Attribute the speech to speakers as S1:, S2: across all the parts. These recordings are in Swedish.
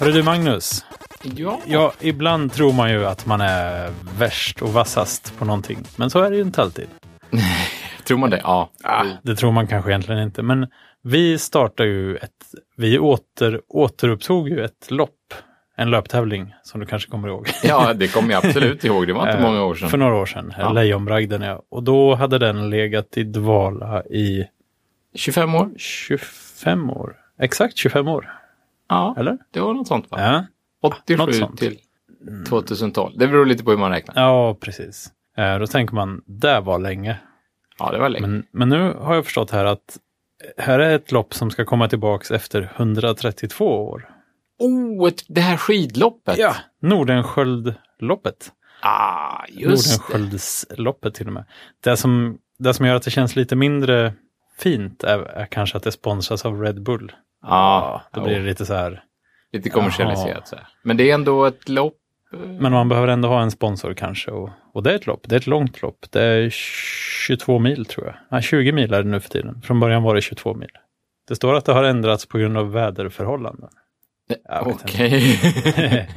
S1: Hörru du Magnus,
S2: Ja.
S1: ja, ibland tror man ju att man är värst och vassast på någonting. Men så är det ju inte alltid.
S2: Tror man det? Ja.
S1: Det tror man kanske egentligen inte. Men vi startade ju ett, vi åter, återupptog ju ett lopp, en löptävling som du kanske kommer ihåg.
S2: ja, det kommer jag absolut ihåg. Det var
S1: Eh,
S2: inte många år
S1: För
S2: sedan.
S1: några år sedan,
S2: Ja.
S1: Lejonbragden ja. Och då hade den legat i dvala i
S2: 25 år?
S1: 25 år. Exakt 25 år,
S2: Ja,
S1: eller?
S2: det var något sånt va?
S1: Ja,
S2: 87
S1: Eh, något sånt. Mm.
S2: till 2012. Det beror lite på hur man räknar.
S1: ja precis. Eh, Då tänker man, det var länge.
S2: Ja, det var länge.
S1: Men, men nu har jag förstått här att här är ett lopp som ska komma tillbaks efter 132 år.
S2: Oh, ett, det här skidloppet!
S1: Ja, Nordenskiöldloppet.
S2: Ah, just det.
S1: Nordenskiöldsloppet till och med. Det som, det som gör att det känns lite mindre fint är, är kanske att det sponsras av Red Bull.
S2: Ja,
S1: Då
S2: jo,
S1: blir det lite så här.
S2: lite kommersialiserat. Så här. Men det är ändå ett lopp.
S1: Men man behöver ändå ha en sponsor kanske. Och, och det är ett lopp. Det är ett långt lopp. Det är 22 mil tror jag. Nej, 20 mil är det nu för tiden. Från början var det 22 mil. Det står att det har ändrats på grund av väderförhållanden. Jag vet inte.
S2: Eh, Okej.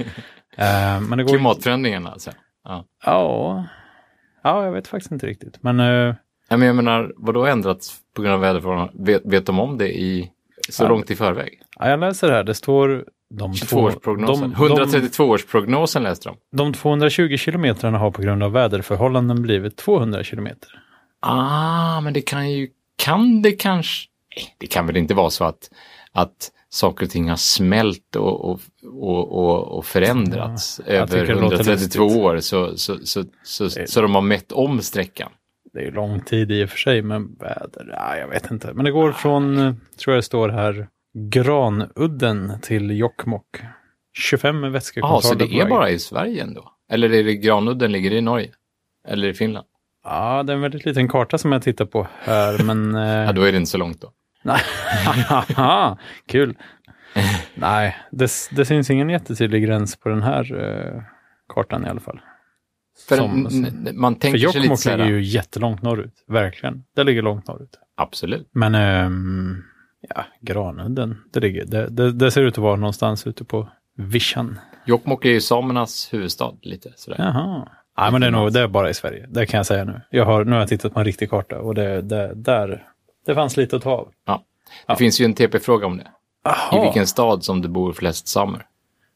S1: Eh, men det går
S2: Klimatförändringarna alltså.
S1: Ja. ja, jag vet faktiskt inte riktigt. Men eh,
S2: Ja, men jag menar, vad då ändrats på grund av väderförhållandena? Vet, vet de om det i så
S1: Ja.
S2: långt i förväg?
S1: ja, jag läser här, det står de, två, de,
S2: 22-årsprognosen.
S1: de,
S2: 132-årsprognosen läste de.
S1: de 220 kilometrarna har på grund av väderförhållanden blivit 200 kilometer.
S2: Ah, men det kan ju, kan det kanske, nej, det kan väl inte vara så att, att saker och ting har smält och, och, och, och, och förändrats över
S1: tycker det låter
S2: 132
S1: lustigt. Eh.
S2: år så, så, så, så, så, de har mätt om sträckan.
S1: Det är ju lång tid i och för sig, men väder, ja, jag vet inte. Men det går från, eh, tror jag det står här, Granudden till Jokkmokk. 25
S2: Ja,
S1: vätskekontroller.
S2: ah, så
S1: på
S2: det är
S1: vägen.
S2: bara i Sverige ändå? Eller är det Granudden ligger i Norge? Eller i Finland?
S1: Ja, det är en väldigt liten karta som jag tittar på här, men... eh,
S2: Ja, då är det inte så långt då.
S1: Haha, Kul. Nej, det, det syns ingen jättetydlig gräns på den här eh, kartan i alla fall.
S2: För
S1: Som-
S2: n- n- man
S1: För
S2: tänker sig lite
S1: Jokkmokk
S2: så här,
S1: ligger ju jättelångt norrut, verkligen. Det ligger långt norrut.
S2: absolut.
S1: Men ehm, ja, Granudden, det, ligger, det, det, det ser ut att vara någonstans ute på vischan.
S2: Jokkmokk är ju samernas huvudstad lite sådär.
S1: Jaha. Nej, men det är nog det är bara i Sverige. Det kan jag säga nu. Jag har, nu har jag tittat på en riktig karta och det, det, där, det fanns lite att ta av.
S2: Ja. Det finns ju en TP-fråga om det. I
S1: Aha.
S2: vilken stad som det bor flest samer.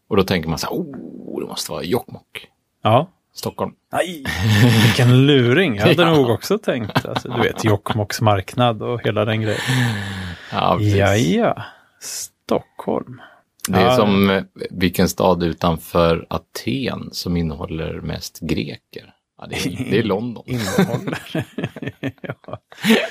S2: Och då tänker man så här, oh, det måste vara Jokkmokk,
S1: Ja,
S2: Stockholm.
S1: Nej, vilken luring. Jag hade nog också tänkt. Alltså, du vet, Jokkmokks marknad och hela den grejen.
S2: Ja, precis.
S1: Ja, ja. Stockholm.
S2: Det är
S1: Ja.
S2: som eh, vilken stad utanför Aten som innehåller mest greker. Ja, det, är, det är London.
S1: Innehåller. ja.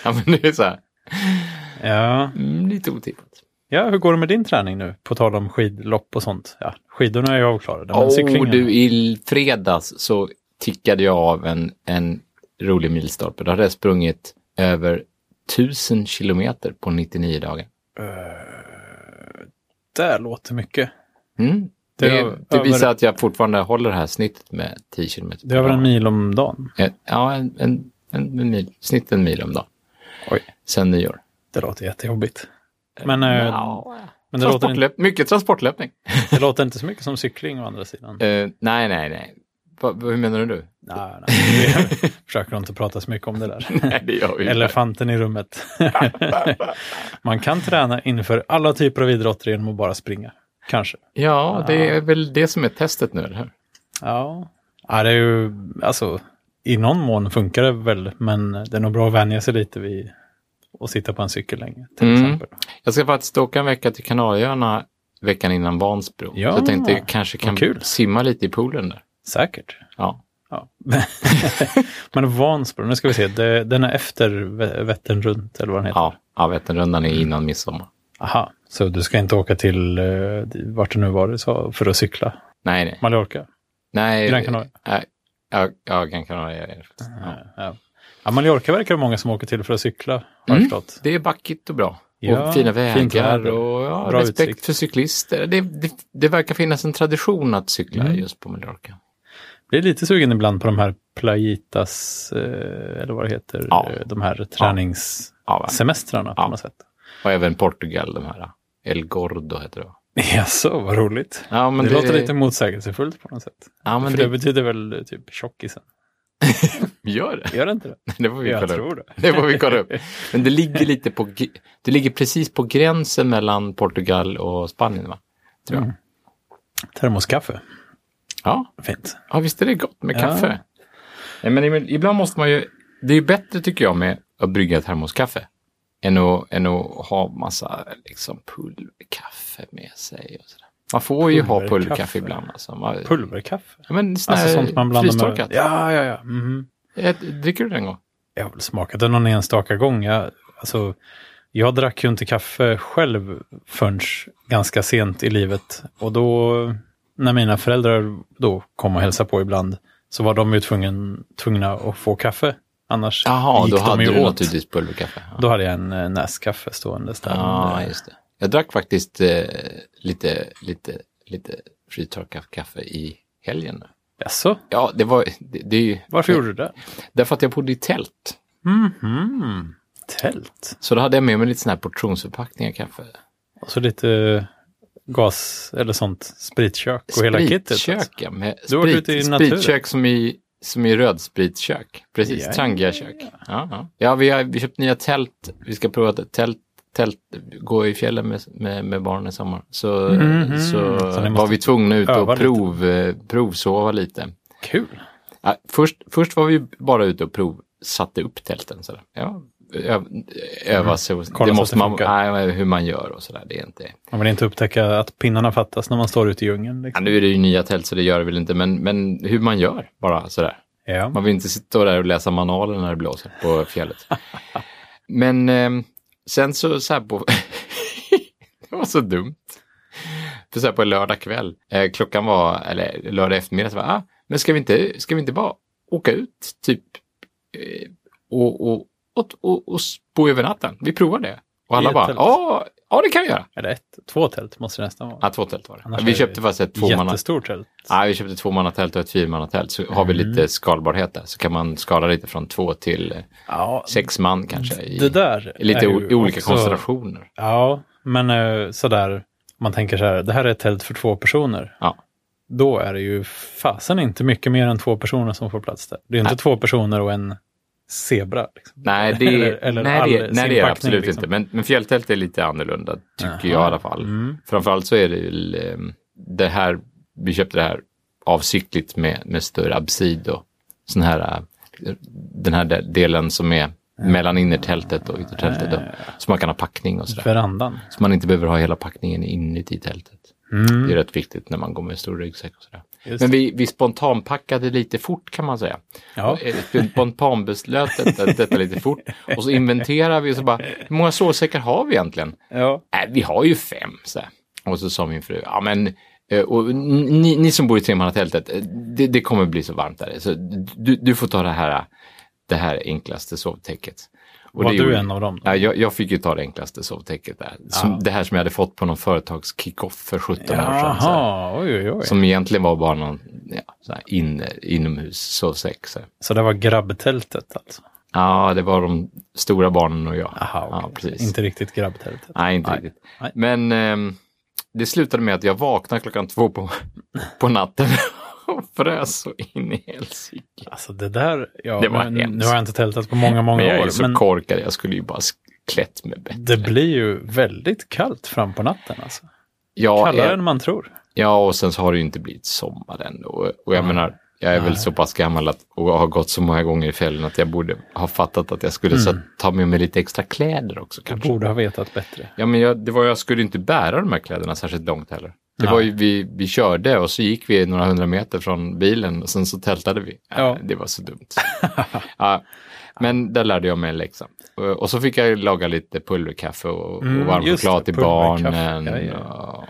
S2: Ja, men det är så här,
S1: Ja.
S2: mm, lite otippat.
S1: ja, hur går det med din träning nu? På tal om skidlopp och sånt. Ja, skidorna är ju avklarade, men
S2: Och
S1: cyklingen.
S2: du, i fredags så tickade jag av en, en rolig milstolpe. Då hade jag sprungit över 1000 kilometer på 99 dagar.
S1: Det Eh, låter mycket.
S2: Mm.
S1: Det
S2: Det,
S1: är
S2: det,
S1: över-
S2: visar att jag fortfarande håller det här snittet med 10 kilometer.
S1: Det är över en mil om dagen.
S2: En, ja, en, en, en, en mil, snitt en mil om dagen
S1: Oj,
S2: sen nyår.
S1: det låter jättejobbigt. Men, eh,
S2: Ja.
S1: men det, låter inte,
S2: Transportlöp, mycket transportlöpning.
S1: det låter inte så mycket som cykling å andra sidan.
S2: Eh, nej, nej, nej. Va, va, hur menar du?
S1: Nej, nej. Vi försöker inte prata så mycket om det där.
S2: Nej, det gör vi inte.
S1: Elefanten i rummet. Man kan träna inför alla typer av idrotter genom att bara springa. Kanske.
S2: Ja, det är väl det som är testet nu, eller hur?
S1: Ja. ja det är ju, alltså, I någon mån funkar det väl, men det är nog bra att vänja sig lite vid att sitta på en cykel länge. Till
S2: Mm.
S1: exempel.
S2: Jag ska faktiskt åka en vecka till Kanarieöarna veckan innan Vansbro.
S1: Ja,
S2: så jag tänkte jag kanske kan
S1: vad kul.
S2: simma lite i poolen där.
S1: Säkert.
S2: Ja.
S1: Ja. men Vansbro, nu ska vi se, det, den är efter Vä- Vättern runt, eller vad den heter.
S2: Ja, ja Vätternrundan är innan midsommar.
S1: Aha, så du ska inte åka till, eh, vart det nu var du sa, för att cykla?
S2: Nej, nej.
S1: Mallorca?
S2: nej
S1: Gran Canaria.
S2: Nej, ja, ja, Gran Canaria är det faktiskt. Ja.
S1: Ja. Ja, Mallorca verkar det många som åker till för att cykla, har jag förstått.
S2: Det är backigt Mm. och bra.
S1: Ja,
S2: och fina
S1: fint
S2: vägar
S1: väder.
S2: och ja,
S1: Bra
S2: respekt
S1: utsikt.
S2: för cyklister. Det, det, det verkar finnas en tradition att cykla
S1: Mm.
S2: just på Mallorca.
S1: Blir lite sugen ibland på de här playitas, eh, eller vad det heter,
S2: Ja.
S1: eh, de här träningssemestrarna
S2: Ja, va?
S1: på något sätt.
S2: Och även Portugal, de här. El eh, Gordo heter det va?
S1: Jaså, vad roligt.
S2: Ja, men
S1: det,
S2: det,
S1: låter lite motsägelsefullt på något sätt.
S2: Ja, men
S1: För
S2: det,
S1: det betyder väl typ tjockisen?
S2: gör det.
S1: Gör det inte det?
S2: Det får vi
S1: Jag
S2: kolla upp.
S1: tror det.
S2: Det får vi kolla upp. Men det ligger lite på, gr- det ligger precis på gränsen mellan Portugal och Spanien va? Tror jag.
S1: Mm. Termoskaffe,
S2: Ja,
S1: fint.
S2: Ja, visst är det gott med
S1: Ja.
S2: kaffe. Ja, men ibland- ibland måste man ju, det är ju bättre tycker jag med att brygga termoskaffe än att, än att ha massa liksom, pulverkaffe med sig. Och sådär. Man får ju ha
S1: Pulverkaffe.
S2: pulverkaffe ibland. Alltså. Man,
S1: Pulverkaffe.
S2: ja, men sån
S1: Alltså
S2: här
S1: sånt man blandar med...
S2: frystorkat.
S1: Ja, ja, ja. Mhm.
S2: Eh, Dricker du det en gång?
S1: Jag har väl smakat det någon enstaka gång. Jag, alltså, jag drack ju inte kaffe själv förrän ganska sent i livet. Och då, när mina föräldrar då kom och hälsade på ibland, så var de ju tvungen, tvungna att få kaffe. Annars
S2: Jaha,
S1: gick
S2: då
S1: de
S2: hade
S1: ju
S2: du
S1: åt.
S2: naturligtvis pulverkaffe. Ja,
S1: Då hade jag en eh, Nescafe stående där. eh,
S2: ja just det. Jag drack faktiskt eh, lite, lite, lite frystorkat kaffe i helgen. nu.
S1: Jaså,
S2: Ja, det var, det, det är ju...
S1: varför gjorde du det?
S2: Därför att jag bodde i tält.
S1: Mhm. Tält.
S2: Så då hade jag med mig lite sådana här portionsförpackningar kaffe.
S1: Och så lite eh, gas eller sånt spritkök och hela kittet. alltså.
S2: Spritkök, ja. Med
S1: Du har varit
S2: sprit,
S1: ute i naturen.
S2: spritkök som i, som i rödspritkök. Precis,
S1: Ja,
S2: Trangiakök. Ja, ja. ja, vi har vi har köpt nya tält. Vi ska prova ett tält, tält gå i fjällen med, med, med barnen i sommar. Så,
S1: Mhm.
S2: så,
S1: Så ni måste
S2: var vi tvungna ut
S1: öva
S2: och
S1: lite.
S2: prov, eh, provsova lite.
S1: Kul.
S2: Ja, först, först var vi bara ute och prov, satte upp tälten. Sådär. Ja, öv, öva sig. och-
S1: Kolla
S2: det
S1: så
S2: måste
S1: att det
S2: man,
S1: funkar.
S2: nej, hur man gör och sådär. Det är inte...
S1: Man vill inte upptäcka att pinnarna fattas när man står ute i djungeln.
S2: Ja,
S1: Liksom.
S2: nu är det ju nya tält så det gör det väl inte, men, men hur man gör bara sådär.
S1: Ja.
S2: Man vill inte sitta där och läsa manualen när det blåser på fjället. Men eh, sen så, så här på... det var så dumt. För så här på lördag kväll, eh, klockan var, eller lördag eftermiddag, så var, ah, men ska vi, inte, ska vi inte bara åka ut typ eh, och, och, och, och, och bo över natten? Vi provar det. Och
S1: I
S2: alla
S1: ett
S2: bara,
S1: tält?
S2: ja, ja det kan vi göra.
S1: Eller ett, två tält måste det nästan vara.
S2: Ja, två tält var
S1: Annars
S2: det. Vi
S1: är
S2: köpte
S1: det
S2: faktiskt ett tvåmanna...
S1: Jättestort tält.
S2: Alltså, Ja, vi köpte ett tvåmannatält och ett fyrmannatält. Så har
S1: Mm.
S2: vi lite skalbarhet där. Så kan man skala lite från två till eh,
S1: Ja,
S2: sex man kanske. I,
S1: det där.
S2: i lite
S1: är
S2: o,
S1: ju
S2: i olika
S1: också-
S2: konstellationer.
S1: Ja, men eh, sådär, om man tänker så här, det här är ett tält för två personer.
S2: Ja.
S1: Då är det ju fasen inte mycket mer än två personer som får plats där. Det är ju inte
S2: Nej.
S1: två personer och en zebra. Liksom.
S2: Nej, det,
S1: Eller- eller
S2: nej, det,
S1: all
S2: nej, det är
S1: simpackning,
S2: absolut
S1: liksom.
S2: inte. Men, men fjälltält är lite annorlunda, tycker
S1: Jaha.
S2: jag i alla fall.
S1: Mm.
S2: Framförallt så är det väl eh, det här, vi köpte det här avsiktligt med, med större absid och sån här, eh, den här de- delen som är mellan innertältet och yttertältet. Och, så man kan ha packning och sådär.
S1: Verandan.
S2: Så man inte behöver ha hela packningen inuti tältet.
S1: Mm.
S2: Det är rätt viktigt när man går med en stor ryggsäck och sådär.
S1: Just
S2: Men vi, vi spontanpackade lite fort kan man säga.
S1: Ja.
S2: Eh, Spontanbeslöt detta, detta lite fort. Och så inventerar vi och så bara, hur många sovsäckar har vi egentligen?
S1: Ja.
S2: Nej, vi har ju fem. Så här. Och så sa min fru, ja men eh, och ni, ni som bor i tremannatältet, eh, det, det kommer bli så varmt där. Så du, du får ta det här, det här enklaste sovtäcket. Och
S1: Var
S2: det
S1: du
S2: gjorde-
S1: en av dem? då?
S2: Ja, jag, jag fick ju ta det enklaste sovtäcket där. Som, Det här som jag hade fått på någon företags-kickoff för 17 år sedan. så här.
S1: Jaha, oj, oj, oj.
S2: Som egentligen var bara någon ja, så här in, inomhus sovsäck. Så. här.
S1: Så det var grabbtältet alltså?
S2: Ja, det var de stora barnen och jag.
S1: Aha, okej.
S2: ja, precis.
S1: Inte riktigt grabbtältet.
S2: Nej, inte
S1: Nej.
S2: riktigt.
S1: Nej.
S2: Men ehm, det slutade med att jag vaknade klockan två på, på natten och frös så in i helsike.
S1: Alltså det där, ja,
S2: Det var
S1: men
S2: hemskt.
S1: nu har jag inte tältat på många, många
S2: Men jag är
S1: år.
S2: ju så
S1: Men
S2: korkad, jag skulle ju bara sk- klätt mig bättre.
S1: det blir ju väldigt kallt fram på natten. Alltså.
S2: Ja,
S1: Kallare
S2: eh,
S1: än man tror.
S2: Ja, och sen så har det ju inte blivit sommar än. Och, och jag menar, jag är väl så pass gammal att, och har gått så många gånger i fjällen att jag borde ha fattat att jag skulle
S1: Mm.
S2: så, ta med mig lite extra kläder också kanske.
S1: Borde ha vetat bättre.
S2: Ja, men jag, det var, jag skulle inte bära de här kläderna särskilt långt heller. Det
S1: Nej.
S2: var ju, vi, vi körde och så gick vi några hundra meter från bilen och sen så tältade vi.
S1: Ja.
S2: Det var så dumt. ja, men där lärde jag mig en läxa. Och, och så fick jag laga lite pulverkaffe och,
S1: Mm,
S2: och varm
S1: just
S2: choklad
S1: det,
S2: till
S1: pulverkaffe.
S2: barnen.
S1: Ja, ja.
S2: Och,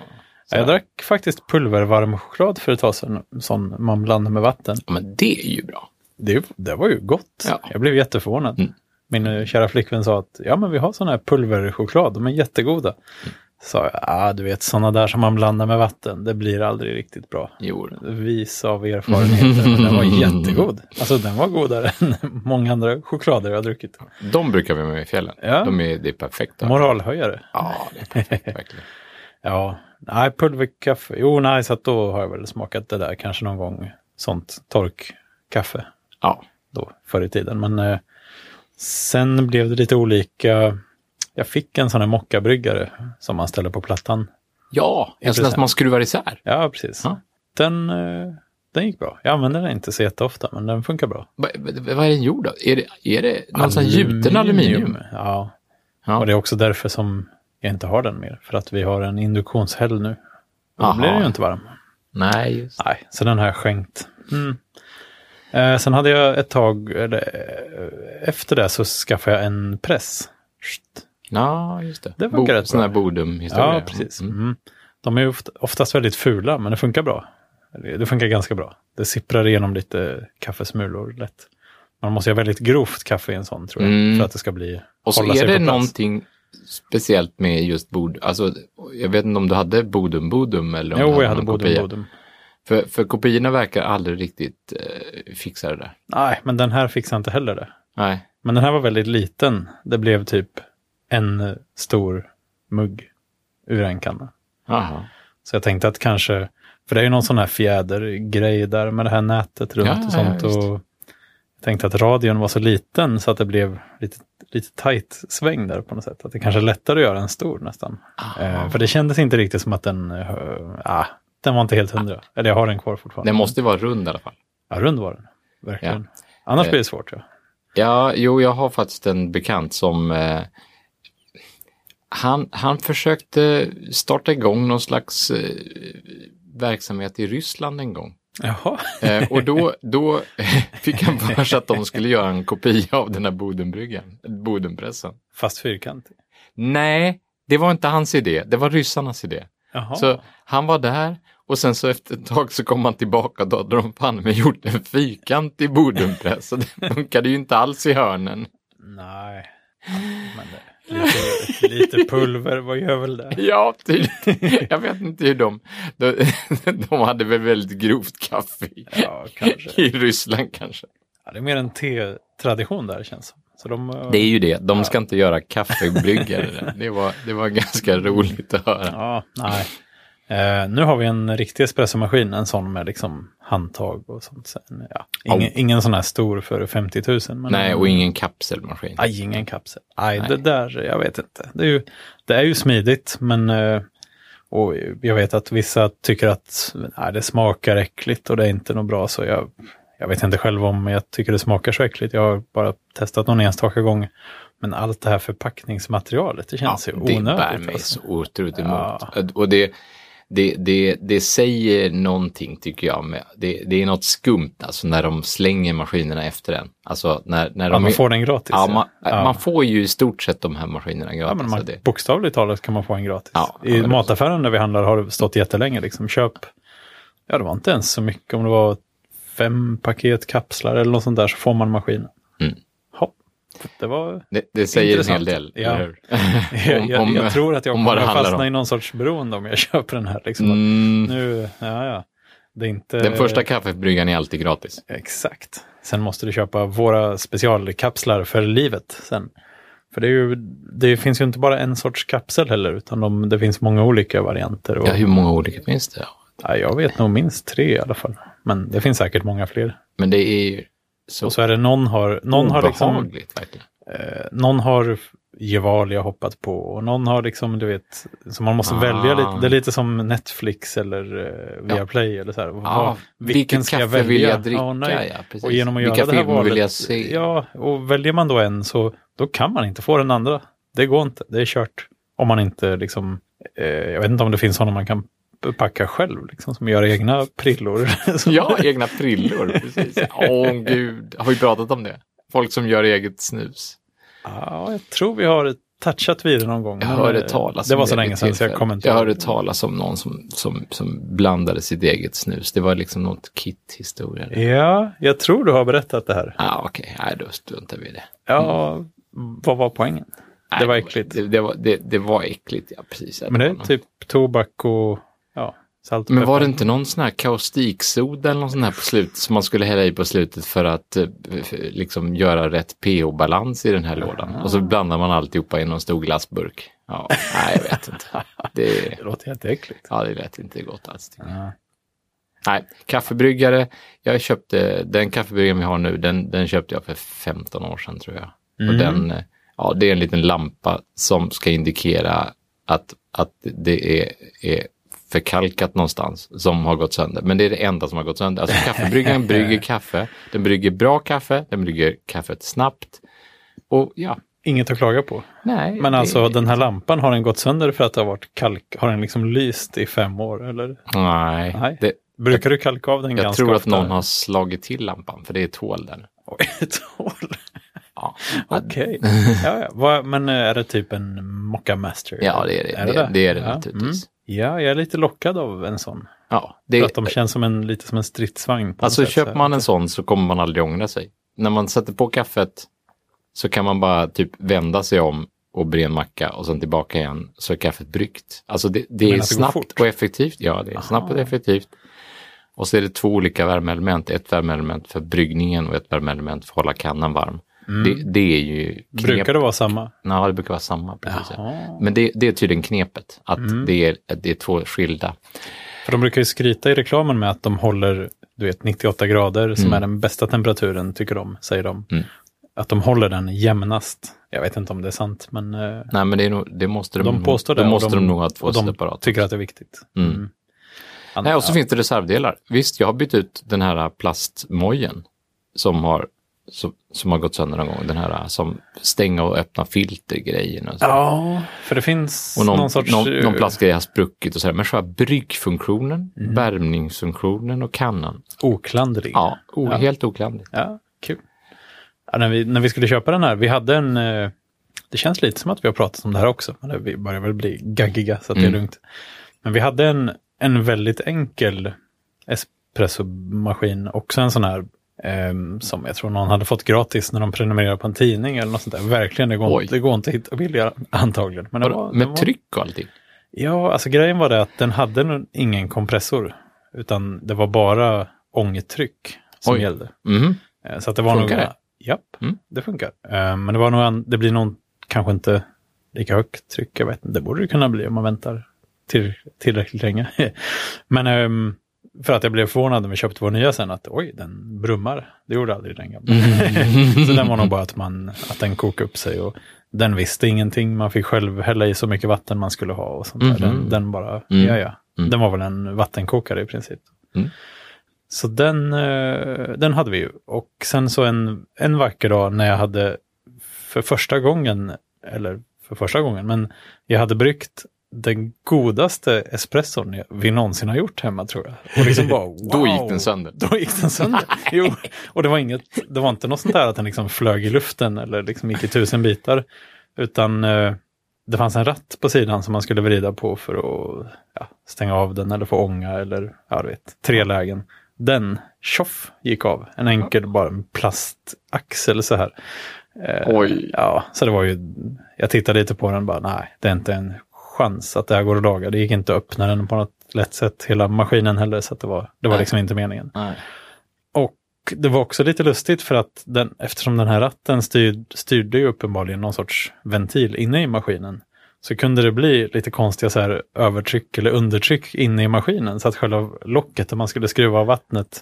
S2: så.
S1: Jag drack faktiskt pulvervarm choklad för ett tag sedan, sån man blandar med vatten.
S2: Ja, men det är ju bra.
S1: Det, det var ju gott.
S2: Ja.
S1: Jag blev jätteförvånad.
S2: Mm.
S1: Min eh, kära flickvän sa att ja, men vi har sån här pulverchoklad, de är jättegoda.
S2: Mm.
S1: Sa jag, ah, du vet såna där som man blandar med vatten, det blir aldrig riktigt bra.
S2: Jo,
S1: vis av erfarenheter. men Den var jättegod. Alltså den var godare än många andra choklader jag har druckit.
S2: de brukar vi ha med i fjällen.
S1: Ja.
S2: De är, det är perfekta.
S1: Moralhöjare.
S2: Ja, det är perfekt, verkligen.
S1: Ja, nej, pulverkaffe. Jo, nej, så att då har jag väl smakat det där kanske någon gång. Sånt torkkaffe
S2: Ja,
S1: då förr i tiden. Men eh, sen blev det lite olika. Jag fick en sån här mockabryggare som man ställer på plattan.
S2: ja en sån där
S1: Intressant.
S2: som man skruvar isär.
S1: Ja, precis.
S2: Ja.
S1: Den, eh, den gick bra. Jag använder den inte så jätteofta, men den funkar bra.
S2: Va- va- Vad är den gjord av? Är det, är det någon sån här gjuten aluminium?
S1: Ja.
S2: Ja.
S1: och det är också därför som jag inte har den mer. För att vi har en induktionshäll nu. Och Då
S2: Aha.
S1: blir den ju inte varm.
S2: Nej, just det.
S1: Nej, så den har jag skänkt. Mm. Eh, sen hade jag ett tag, eller, eh, efter det så skaffade jag en press. Sht.
S2: Ja, just det.
S1: Det funkar rätt
S2: Sån
S1: bra.
S2: där Bodum-historia.
S1: Ja, precis.
S2: Mm.
S1: Mm. De är ju oft- oftast väldigt fula, men det funkar bra. Eller, Det funkar ganska bra. Det sipprar igenom lite kaffesmulor lätt. Man måste ju ha väldigt grovt kaffe i en sån, tror jag,
S2: Mm.
S1: för att det ska bli...
S2: Och så
S1: hålla
S2: är
S1: sig på
S2: det
S1: plats.
S2: någonting speciellt med just Bodum. Alltså, jag vet inte om du hade Bodum-Bodum eller om du
S1: Jo, jag hade
S2: någon
S1: Bodum
S2: kopia.
S1: Bodum.
S2: För, för kopiorna verkar aldrig riktigt eh, fixa det där.
S1: Nej, men den här fixade inte heller det.
S2: Nej.
S1: Men den här var väldigt liten. Det blev typ en eh, stor mugg ur en kanna.
S2: Aha.
S1: Så jag tänkte att kanske, för det är ju någon sån här fjädergrej där med det här nätet runt
S2: Ja, ja,
S1: och sånt.
S2: ja, visst.
S1: och jag tänkte att radion var så liten så att det blev lite, lite tajt sväng där på något sätt. Att det kanske är lättare att göra en stor nästan. Eh, för det kändes inte riktigt som att den, eh, ah, den var inte helt hundra. Eller jag har den kvar fortfarande.
S2: Den måste ju vara rund i alla fall.
S1: Ja, rund var den. Verkligen. Annars
S2: Eh.
S1: blir det svårt. Ja.
S2: Ja, jo, jag har faktiskt en bekant som... Eh, han, han försökte starta igång någon slags eh, verksamhet i Ryssland en gång.
S1: Jaha.
S2: Eh, och då, då fick han för sig att de skulle göra en kopia av den här Bodenbryggan, Bodenpressen.
S1: Fast fyrkantig.
S2: Nej, det var inte hans idé, det var ryssarnas idé.
S1: Jaha.
S2: Så han var där och sen så efter ett tag så kom han tillbaka och då hade de fan med gjort en fyrkantig Bodenpress. Så det funkade ju inte alls i hörnen.
S1: Nej. Men det, lite, lite pulver, vad gör väl det?
S2: Ja, tydligt. Jag vet inte hur de... De, de hade väl väldigt grovt kaffe i,
S1: Ja, kanske.
S2: i Ryssland kanske.
S1: Ja, det är mer en te-tradition där känns som. Så de, eh,
S2: Det är ju det, de ska inte göra kaffebryggare. där. Det var, det var ganska roligt att höra.
S1: Ja, nej. Eh, nu har vi en riktig espressomaskin, en sån med liksom handtag och sånt. Sen, ja. ingen,
S2: Au.
S1: ingen sån här stor för 50 000. Men
S2: Nej, och ingen kapselmaskin.
S1: Aj, ingen kapsel. Aj,
S2: Nej.
S1: det där, jag vet inte. Det är ju, det är ju smidigt, men eh, och jag vet att vissa tycker att nej, det smakar äckligt och det är inte något bra. Så jag, jag vet inte själv om jag tycker det smakar så äckligt. Jag har bara testat någon enstaka gång. Men allt det här förpackningsmaterialet, det känns ju
S2: det
S1: onödigt.
S2: bär mig
S1: alltså.
S2: så otroligt emot.
S1: Ja.
S2: Och det, det, det, det säger någonting tycker jag. Med, det, det är något skumt alltså när de slänger maskinerna efter en. Alltså när, när
S1: Ja,
S2: de...
S1: man får den gratis.
S2: ja, man,
S1: Ja.
S2: man får ju i stort sett de här maskinerna gratis.
S1: Ja, men man,
S2: så det,
S1: Alltså, bokstavligt talat kan man få en gratis.
S2: Ja, ja,
S1: I
S2: men det-
S1: mataffären där vi handlar har det stått jättelänge. Liksom, köp, ja det var inte ens så mycket, om det var fem paket kapslar eller något sånt där så får man maskinen.
S2: Mm.
S1: Hopp. Det var...
S2: det, det säger en hel
S1: Intressant.
S2: del,
S1: Ja.
S2: eller hur?
S1: Jag, jag,
S2: om-
S1: jag tror att jag
S2: om vad
S1: kommer
S2: det
S1: att
S2: handlar
S1: fastna
S2: om.
S1: i någon sorts beroende om jag köper den här. Liksom.
S2: Mm,
S1: Nu, ja, ja. Det är inte...
S2: den första kaffebryggaren är alltid gratis.
S1: Exakt. Sen måste du köpa våra specialkapslar för livet sen. För det, är ju, det finns ju inte bara en sorts kapsel heller, utan de, det finns många olika varianter. Och,
S2: Ja, hur många olika finns det?
S1: ja, jag vet nog minst tre i alla fall. Men det finns säkert många fler.
S2: Men det är ju så,
S1: Och så är det någon har, någon har, liksom,
S2: obehagligt verkligen.
S1: eh, någon har Gevalia hoppat på och någon har liksom, du vet, så man måste
S2: Ah.
S1: välja lite. Det är lite som Netflix eller eh, Viaplay eller så här. Vad-
S2: Ja, vilken Ah, kaffe vill jag dricka?
S1: Ja, nej.
S2: ja, precis.
S1: Och genom att
S2: Vilka
S1: göra det här
S2: filmer
S1: valet,
S2: vill jag se?
S1: Ja, och väljer man då en så då kan man inte få den andra. Det går inte, det är kört. Om man inte liksom, eh, jag vet inte om det finns sådana man kan packa själv, liksom, som gör egna prillor. Så-
S2: Ja, egna prillor. Precis. Åh gud, har vi pratat om det? Folk som gör eget snus.
S1: ja, jag tror vi har touchat vid det någon gång.
S2: Jag
S1: men,
S2: hörde
S1: eh,
S2: talas
S1: Det
S2: om
S1: var så
S2: vid
S1: länge sedan så jag
S2: tillfälle.
S1: kommer inte
S2: Jag
S1: ihåg.
S2: hörde talas om någon som, som, som blandade sitt eget snus. Det var liksom något kit-historia. Ja,
S1: Ja, jag tror du har berättat det här.
S2: ah, okej. Nej, då struntar vi i det.
S1: Ja,
S2: Mm.
S1: vad var poängen?
S2: Nej,
S1: Det var äckligt.
S2: Det, det, var, det, det var äckligt, ja precis. Ja,
S1: Men det
S2: det
S1: är
S2: var något.
S1: typ tobak och ja, Salt och
S2: Men var
S1: peppar.
S2: det inte någon sån här kaustiksoda eller någon sån här på slutet som man skulle hälla i på slutet för att eh, f- liksom göra rätt pH-balans i den här lådan?
S1: Ah.
S2: Och så blandar man alltihopa i någon stor glassburk. Ja, nej, jag vet inte. Det,
S1: Det låter jätteäckligt.
S2: ja, det lät inte gott alls. tycker jag. Nej, kaffebryggare. Jag köpte, den kaffebryggaren vi har nu, den, den köpte jag för 15 år sedan tror jag.
S1: Mm.
S2: Och den, eh, ja, det är en liten lampa som ska indikera att, att det är, är förkalkat någonstans som har gått sönder. Men det är det enda som har gått sönder. Alltså kaffebryggaren brygger kaffe. Den brygger bra kaffe. Den brygger kaffet snabbt. Och ja,
S1: Inget att klaga på.
S2: nej.
S1: Men
S2: det-
S1: alltså den här lampan, har den gått sönder för att det har varit kalk? Har den liksom lyst i fem år? Eller?
S2: Nej.
S1: Nej.
S2: Det,
S1: Brukar du kalka av den
S2: jag
S1: ganska
S2: tror att
S1: ofta?
S2: någon har slagit till lampan för det är tål där.
S1: Oj, ett hål.
S2: Ja.
S1: Okej. Ja, ja. Vad- Men eh, är det typ en Mocca Master?
S2: Ja, det är det. Det- det är det
S1: Ja,
S2: naturligtvis.
S1: mm. Ja, jag är lite lockad av en sån.
S2: Ja, det,
S1: För att de känns som en, lite som en stridsvagn. På
S2: Alltså
S1: något sätt, så
S2: köper
S1: här.
S2: man en sån så kommer man aldrig ångra sig. När man sätter på kaffet så kan man bara typ vända sig om och bre en macka och sen tillbaka igen så är kaffet bryggt. Alltså det, det
S1: menar
S2: är
S1: att det går fort? Ah.
S2: snabbt och effektivt. Ja, det är snabbt och effektivt. Och så är det två olika värmeelement. Ett värmeelement för bryggningen och ett värmeelement för att hålla kannan varm. Det, det är ju knep.
S1: Mm. Brukar det vara samma?
S2: Ja, det brukar vara samma. Precis.
S1: Jaha. Mm.
S2: Men det, det är tydligen knepet, att det, är, det är två skilda.
S1: För de brukar ju skryta i reklamen med att de håller du vet, 98 grader
S2: Mm.
S1: som är den bästa temperaturen, tycker de, säger de. Att de håller den jämnast. Jag vet inte om det är sant, men eh,
S2: Nej, men det, är nog, det måste de,
S1: de
S2: nog-
S1: påstår det.
S2: Då
S1: och
S2: måste de, nog ha två
S1: och de
S2: separata.
S1: tycker att det är viktigt. Mm. An-
S2: Nej, och så
S1: ja.
S2: finns det reservdelar. Visst, jag har bytt ut den här plastmojen som har, som, som har gått sönder någon gång. Den här som stänga och öppna filtergrejen. Och, så.
S1: Ja, för det finns
S2: och
S1: någon,
S2: någon,
S1: sorts...
S2: någon, någon
S1: eh, Mm.
S2: plastgrej har spruckit och sådär. Men själva bryggfunktionen, värmningsfunktionen och kannan.
S1: eh, oklandring.
S2: Ja, o, helt oklandigt.
S1: Ja, kul. Ja, när, vi, när vi skulle köpa den här, vi hade en... eh, Det känns lite som att vi har pratat om det här också, men det- vi börjar väl bli gaggiga så att
S2: Mm.
S1: det är lugnt. Men vi hade en, en väldigt enkel espressomaskin, också en sån här ehm, som jag tror någon hade fått gratis när de prenumererade på en tidning eller något sånt där. Verkligen, det går,
S2: Oj.
S1: inte- det går inte att hitta billigare antagligen. Men det
S2: Vadå,
S1: var, det
S2: Med
S1: var,
S2: tryck och allting.
S1: Ja, alltså grejen var det att den hade nog ingen kompressor, utan det var bara ångtryck som
S2: Oj.
S1: gällde.
S2: Mhm.
S1: Eh, Så att det var
S2: Funkar
S1: nog,
S2: det?
S1: Japp,
S2: Mm.
S1: det funkar. Eh, Men det var nog, an- det blir nog kanske inte lika högt tryck, jag vet inte. Det borde det kunna bli om man väntar till, tillräckligt länge. Men ehm, för att jag blev förvånad när vi köpte vår nya sen att oj, den brummar. Det gjorde aldrig den gamla. så den var nog bara att, man, att den kokade upp sig och den visste ingenting. Man fick själv hälla i så mycket vatten man skulle ha och sånt där. Den,
S2: Mhm.
S1: den bara,
S2: Mm.
S1: ja ja. Den var väl en vattenkokare i princip.
S2: Mm.
S1: Så den, eh, den hade vi ju. Och sen så en, en vacker dag när jag hade för första gången, eller för första gången, men jag hade bryggt den godaste espresson jag- vi någonsin har gjort hemma tror jag. Och liksom bara, wow.
S2: Då gick den sönder.
S1: Då gick den sönder. Jo, och det var, inget, det var inte något sånt där att den liksom flög i luften eller liksom gick i tusen bitar. Utan eh, det fanns en ratt på sidan som man skulle vrida på för att ja, stänga av den eller få ånga eller ja, du vet, tre lägen. Den, tjoff, gick av. En enkel, bara en plastaxel så här. Eh,
S2: Oj.
S1: Ja, så det var ju, jag tittade lite på den och bara, nej, det är inte en chans att det här går att laga. Det gick inte att öppna den på något lätt sätt, hela maskinen heller, så att det var, det var
S2: Nej.
S1: liksom inte meningen.
S2: Nej.
S1: Och det var också lite lustigt för att den, eftersom den här ratten styr, styrde ju uppenbarligen någon sorts ventil inne i maskinen, så kunde det bli lite konstiga så här övertryck eller undertryck inne i maskinen, så att själva locket där man skulle skruva av vattnet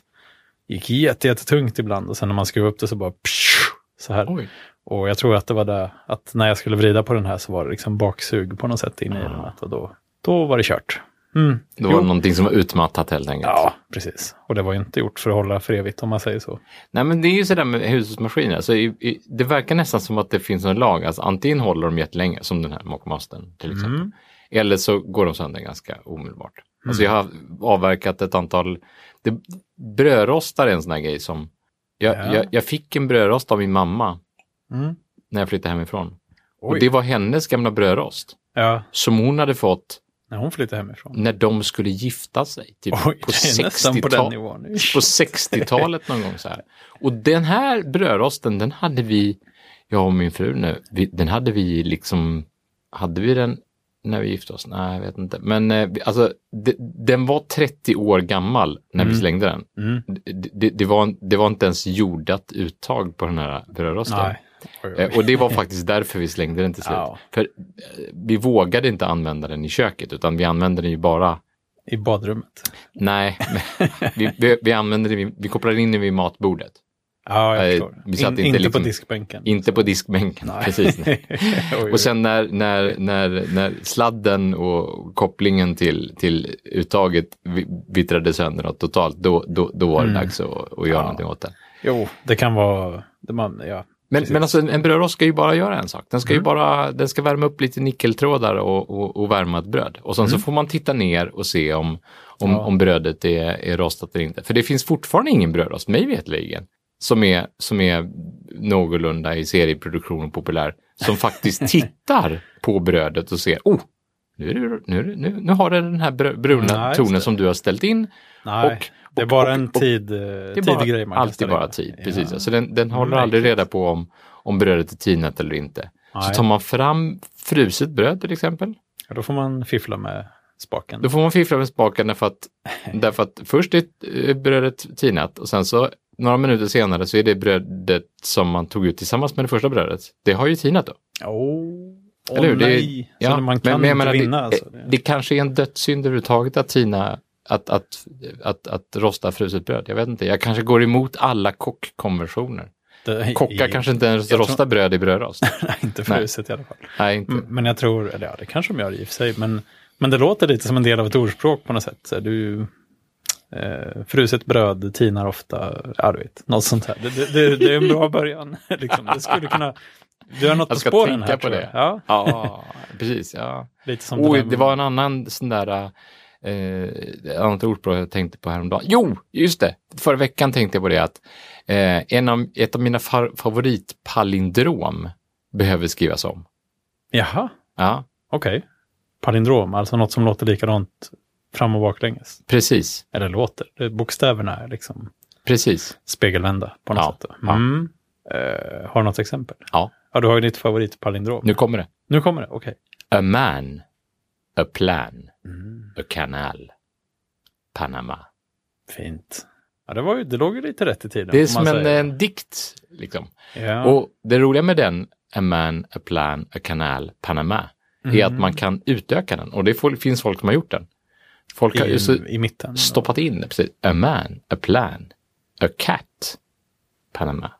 S1: gick jätte, jättetungt ibland och sen när man skruvade upp det så bara psh, så här.
S2: Oj.
S1: Och jag tror att det var det, att när jag skulle vrida på den här så var det liksom baksug på något sätt inne i den. Och då, då var det kört. Mm.
S2: Det var
S1: Jo.
S2: någonting som var utmattat helt enkelt.
S1: Ja, precis. Och det var ju inte gjort för att hålla för evigt om man säger så.
S2: Nej men det är ju sådär med hushållsmaskiner, alltså, i, i, det verkar nästan som att det finns en lag, alltså antingen håller de jättelänge, som den här Mockmastern till
S1: Mm.
S2: exempel, eller så går de sönder ganska omedelbart. Alltså jag har
S1: Mm.
S2: avverkat ett antal, det, brödrostar är en sån här grej som, jag,
S1: Ja.
S2: jag, jag fick en brödrost av min mamma
S1: Mm.
S2: när jag flyttade hemifrån.
S1: Oj.
S2: Och det var hennes gamla brödrost,
S1: Ja,
S2: som hon hade fått
S1: när hon flyttade hemifrån.
S2: när de skulle gifta sig, typ
S1: Oj,
S2: Mm. på
S1: det är nästan på den
S2: 60-tal
S1: nivån.
S2: på 60-talet någon gång. så här. Och den här brödrosten, den hade vi, jag och min fru nu, vi, den hade vi liksom, hade vi den när vi gifte oss? Nej, jag vet inte. Men eh, vi- alltså, de, den var 30 år gammal när vi
S1: Mm.
S2: slängde den.
S1: Mm.
S2: Det, det, det, var, en- det var inte ens jordat uttag på den här brödrosten.
S1: Nej. Oj, oj.
S2: Eh, Och det var faktiskt därför vi slängde den till slut.
S1: Ja.
S2: För eh, vi vågade inte använda den i köket, utan vi använde den ju bara
S1: I badrummet.
S2: Nej, vi, vi, vi använder det, vi, vi kopplar in det vid matbordet.
S1: Ja, jag
S2: Eh,
S1: förstår.
S2: vi satt
S1: In,
S2: inte
S1: inte
S2: liksom-
S1: på diskbänken.
S2: Inte på diskbänken.
S1: Nej.
S2: Precis.
S1: Oj, oj.
S2: Och sen när, när, när, när sladden och kopplingen till, till uttaget vi- vittrade sönder något totalt, då, då, då var det
S1: Mm.
S2: dags att, att göra
S1: Ja.
S2: någonting åt det.
S1: Jo, det kan vara... Det man, ja.
S2: Men,
S1: Precis. Mm.
S2: men alltså en- en brödrost ska ju bara göra en sak. Den ska ju bara den ska värma upp lite nickeltrådar och, och, och värma ett bröd. Och sen så får man titta ner och se om, om,
S1: Mm. Ja.
S2: om brödet är, är rostat eller inte. För det finns fortfarande ingen brödrost, mig veterligen, som är, som är någorlunda i serieproduktion och populär, som faktiskt tittar på brödet och ser, oh, nu, är det, nu, är det- nu, nu har det den här brö- bruna
S1: Nej, just
S2: tonen
S1: det.
S2: som du har ställt in.
S1: Nej,
S2: Och-
S1: det är
S2: och-
S1: bara
S2: och-
S1: en
S2: och-
S1: tid, eh,
S2: Det är
S1: tidig
S2: bara,
S1: grej man
S2: alltid
S1: kastar in.
S2: bara tid. Precis.
S1: Ja.
S2: Alltså den, den håller aldrig reda på om, om brödet är tinat eller inte. Så
S1: Nej.
S2: tar man fram fruset bröd till exempel,
S1: Ja, då får man fiffla med spaken.
S2: då får man fiffla med spaken därför att, därför att först är eh, brödet tinat och sen så några minuter senare så är det brödet som man tog ut tillsammans med det första brödet. Det har ju tinat då.
S1: Oh.
S2: Eller hur? Det-
S1: nej, så man kan
S2: men jag
S1: inte
S2: menar,
S1: vinna.
S2: det,
S1: alltså.
S2: det kanske är en dödssynd överhuvudtaget att tina, att, att, att, att, rosta fruset bröd. Jag vet inte, jag kanske går emot alla kockkonventioner.
S1: Det-
S2: Kockar
S1: i-
S2: kanske inte ens
S1: jag tror-
S2: rostar bröd i brödrost.
S1: Nej, inte fruset i alla fall.
S2: Nej, inte.
S1: Mm, Men jag tror, eller ja, det kanske de gör i och för sig, men, men det låter lite som en del av ett ordspråk på något sätt. Så Du, eh, fruset bröd tinar ofta, ja du vet, något sånt här. Det, det, det, det är en bra början. liksom. Det skulle kunna, du har något
S2: Jag
S1: på
S2: ska
S1: spåren
S2: tänka
S1: här
S2: på
S1: tror jag.
S2: det.
S1: Ja,
S2: Ja, precis. Ja.
S1: lite som
S2: Oj,
S1: där
S2: det
S1: med-
S2: var en annan sån där, eh, ett annat ordspråk jag tänkte på häromdagen. Jo, just det! Förra veckan tänkte jag på det att eh, en av, ett av mina far, favoritpalindrom behöver skrivas om.
S1: Jaha,
S2: Ja,
S1: okej. Palindrom, alltså något som låter likadant fram och baklänges.
S2: precis.
S1: Eller låter, Det- bokstäverna är liksom
S2: Precis.
S1: spegelvända på något
S2: Ja,
S1: sätt.
S2: ja.
S1: Mm. Eh, har du något exempel?
S2: Ja.
S1: Ja, du har ju ditt favoritpalindrom. Nu,
S2: Nu kommer det.
S1: nu kommer det, okej.
S2: A man, a plan,
S1: Mm.
S2: a canal, Panama.
S1: Fint. Ja, det, var ju, det låg ju lite rätt i tiden.
S2: Det är
S1: får man
S2: som en,
S1: säga.
S2: en dikt, liksom.
S1: Ja.
S2: Och det roliga med den, A Man, A Plan, A Canal, Panama, är
S1: Mm. Mm-hmm.
S2: att man kan utöka den. Och det får, finns folk som har gjort den. Folk har ju så
S1: I, I mitten.
S2: stoppat in, precis, A Man, A Plan, A Cat, Panama.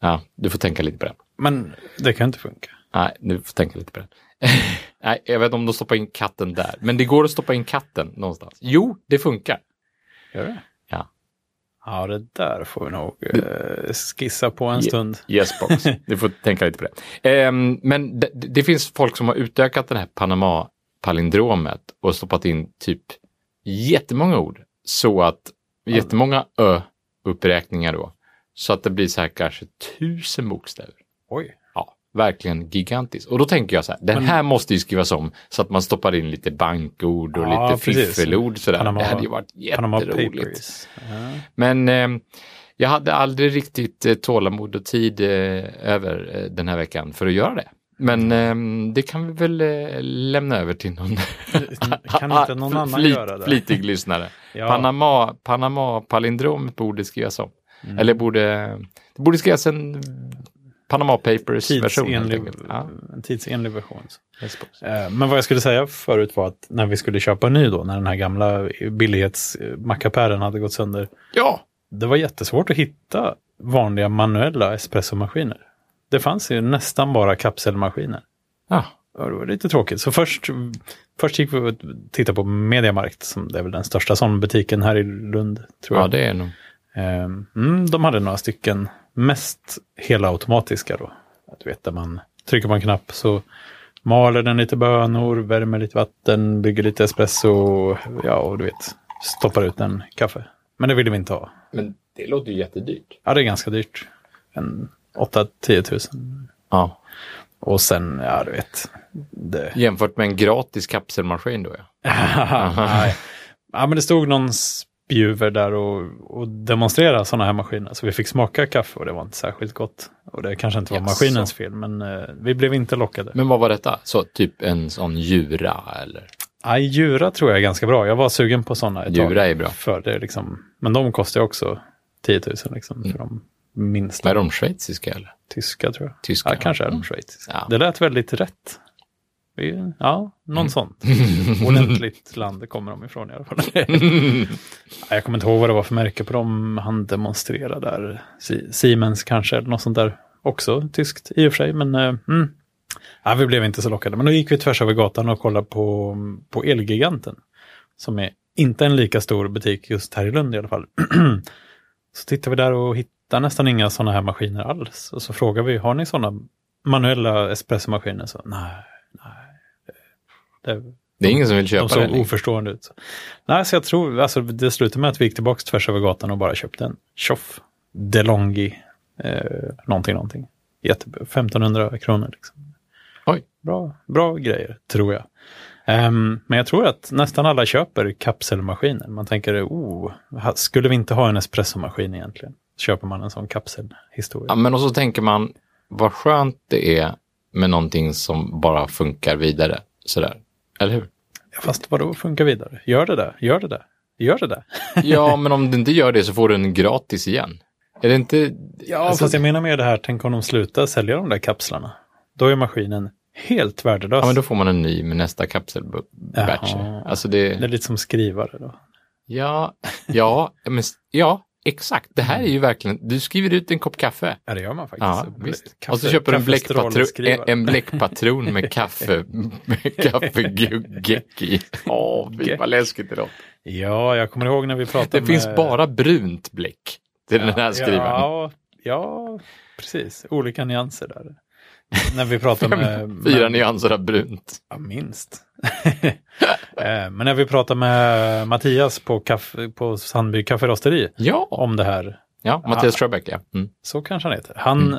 S2: Ja, du får tänka lite på den.
S1: Men det kan inte funka.
S2: Nej, du får tänka lite på den. Nej, jag vet inte om de stoppar in katten där, men det går att stoppa in katten någonstans. Jo, det funkar.
S1: Gör det?
S2: Ja.
S1: Ja, det där får vi nog eh, skissa på en
S2: Ja.
S1: stund.
S2: Yes box. Du får tänka lite på det. Ehm, men det, det finns folk som har utökat det här Panama-palindromet och stoppat in typ jättemånga ord. Så att jättemånga ö-uppräkningar då. Så att det blir så här kanske tusen bokstäver.
S1: Oj.
S2: Ja, verkligen gigantiskt. Och då tänker jag så här, den
S1: Men-
S2: här måste ju skrivas om så att man stoppar in lite bankord och
S1: Ja,
S2: lite
S1: precis.
S2: fiffelord. Sådär.
S1: Panama-
S2: det hade ju varit
S1: Panama
S2: jätteroligt.
S1: Papers. Ja.
S2: Men eh, jag hade aldrig riktigt eh, tålamod och tid eh, över eh, den här veckan för att göra det. Men
S1: Mm.
S2: eh, det kan vi väl eh, lämna över till någon,
S1: Kan inte någon annan
S2: flit,
S1: göra det?
S2: flitig lyssnare.
S1: Ja.
S2: Panama, Panama palindrom borde skrivas om.
S1: Mm.
S2: Eller borde, det borde skrivas en Panama Papers-version. helt
S1: tidsenlig,
S2: enkelt. Ja,
S1: en tidsenlig version.
S2: jag suppose.
S1: Eh, Men vad jag skulle säga förut var att när vi skulle köpa en ny då, när den här gamla billighetsmackapären hade gått sönder,
S2: ja,
S1: det var jättesvårt att hitta vanliga manuella espressomaskiner. Det fanns ju nästan bara kapselmaskiner.
S2: ja.
S1: Ja, det var lite tråkigt. Så först, först gick vi och tittade på Mediamarkt, som det är väl den största sån butiken här i Lund, tror
S2: ja
S1: jag.
S2: det är nog.
S1: Ehm, Mm, de hade några stycken, mest helautomatiska då. Att Du vet, där man trycker på en knapp så maler den lite bönor, värmer lite vatten, bygger lite espresso, ja, och du vet, stoppar ut en kaffe. Men det ville vi inte ha.
S2: Men det låter ju jättedyrt.
S1: Ja, det är ganska dyrt. En 8-10 tusen.
S2: Ja,
S1: Och sen, ja du vet. Det.
S2: jämfört med en gratis kapselmaskin då ja.
S1: Nej. ja, men det stod någon spjuver där och, och demonstrerade sådana här maskiner. Så vi fick smaka kaffe och det var inte särskilt gott. Och det kanske inte var
S2: Jaså.
S1: maskinens fel, men eh, vi blev inte lockade.
S2: Men vad var detta? Så typ en sån djura eller?
S1: Nej, Jura tror jag är ganska bra. Jag var sugen på sådana ett tag.
S2: Jura är bra.
S1: För det är liksom, men de kostar ju också 10 000 liksom. För
S2: Mm.
S1: de minsta
S2: Är de schweiziska eller?
S1: tyska tror jag.
S2: Tyska?
S1: Ja, kanske är de schweiziska.
S2: Ja.
S1: Det lät väldigt rätt. Det är- Ja, någon sånt. Ordentligt land kommer de ifrån i alla fall. Nej, jag kommer inte ihåg vad det var för märke på dem han demonstrerade där. Si- Siemens kanske, eller något sånt där. Också tyskt i och för sig, men eh, mm. ja, vi blev inte så lockade. Men då gick vi tvärs över gatan och kollade på, på Elgiganten. Som är inte en lika stor butik just här i Lund i alla fall. så tittar vi där och hittar nästan inga sådana här maskiner alls. Och så frågar vi, har ni sådana manuella espressomaskiner? Så, nej, nej. Det,
S2: Det är ingen som vill köpa
S1: de såg
S2: den. längre.
S1: oförstående ut. Nej, så jag tror, alltså det slutade med att vi gick tillbaka tvärs över gatan och bara köpte en tjoff DeLonghi, eh, någonting, någonting. Jätte, 1500 kronor liksom.
S2: Oj.
S1: Bra, bra grejer, tror jag. Ehm, men jag tror att nästan alla köper kapselmaskiner. Man tänker, oh, ha- skulle vi inte ha en espressomaskin egentligen? Så köper man en sån kapselhistoria.
S2: Ja, men och så tänker man, vad skönt det är med någonting som bara funkar vidare. Sådär. Eller hur?
S1: Ja, Fast vadå, funkar vidare? Gör det där, gör det där, gör det där.
S2: Ja, men om du inte gör det så får du den gratis igen. Är det inte... Alltså,
S1: Ja, fast jag menar med det här, tänk om de slutar sälja de där kapslarna. Då är maskinen helt värdelös.
S2: Ja, men då får man en ny med nästa kapselbatch.
S1: Jaha.
S2: Alltså det...
S1: Det är lite som skrivare då.
S2: Ja, ja, men, s- ja, exakt. Det här är ju verkligen... Du skriver ut en kopp kaffe.
S1: Mm. Ja, det gör man faktiskt.
S2: Ja,
S1: Blä-
S2: visst.
S1: kaffe-
S2: och så köper du en, bläckpatron, en,
S1: kaffestråleskrivare.
S2: en bläckpatron med kaffe, med kaffeguggeck i. Åh, fy vad läskigt det låter.
S1: Ja, jag kommer ihåg när vi pratade
S2: Det
S1: med...
S2: finns bara brunt bläck till den här skrivaren.
S1: Ja, ja, precis. Olika nyanser där. när vi pratade med...
S2: Fyra
S1: med-
S2: nyanser av brunt.
S1: Ja, minst. Eh, Men när vi pratade med Mattias på, kaffe, på Sandby kafferosteri
S2: Ja,
S1: om det här
S2: ja Mattias Sjöbeck, ja. Mm.
S1: Så kanske han heter. Han,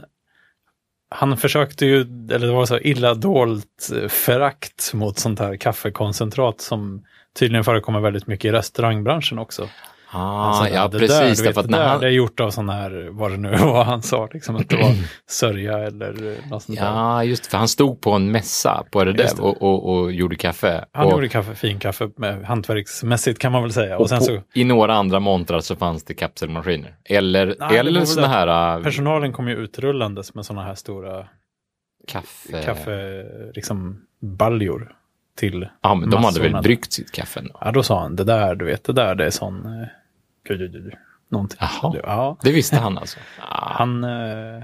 S1: han försökte ju, eller det var så illa dolt eh, förakt mot sånt här kaffekoncentrat som tydligen förekommer väldigt mycket i restaurangbranschen också. Alltså, Han
S2: Ah,
S1: sa,
S2: ja,
S1: "Det
S2: precis.
S1: Där, du
S2: Därför
S1: vet,
S2: att
S1: det
S2: när
S1: där
S2: han,
S1: det är gjort av sån här, vad det nu var han sa, liksom att det var sörja eller eh, något sånt där.
S2: Mm. Ja, just det, för han stod på en mässa på
S1: Just
S2: Redev
S1: det.
S2: och, och, och gjorde kaffe.
S1: Han
S2: och
S1: gjorde kaffe, fin kaffe, med, hantverksmässigt kan man väl säga. Och sen
S2: på,
S1: så,
S2: I några andra montrar så fanns det kapselmaskiner. Eller,
S1: Nej, det var
S2: eller
S1: väl
S2: sådana
S1: det.
S2: här äh,
S1: personalen kom ju utrullandes med såna här stora
S2: kaffe...
S1: kaffe, liksom baljor till
S2: Ja, men de hade
S1: massorna
S2: väl
S1: där.
S2: bryggt sitt kaffe ändå.
S1: Ja, då sa han det där, du vet, det där, det är sån... eh, du, du, du, du, Någonting.
S2: Jaha.
S1: Du, Ja,
S2: Det visste han alltså? Ah,
S1: han eh,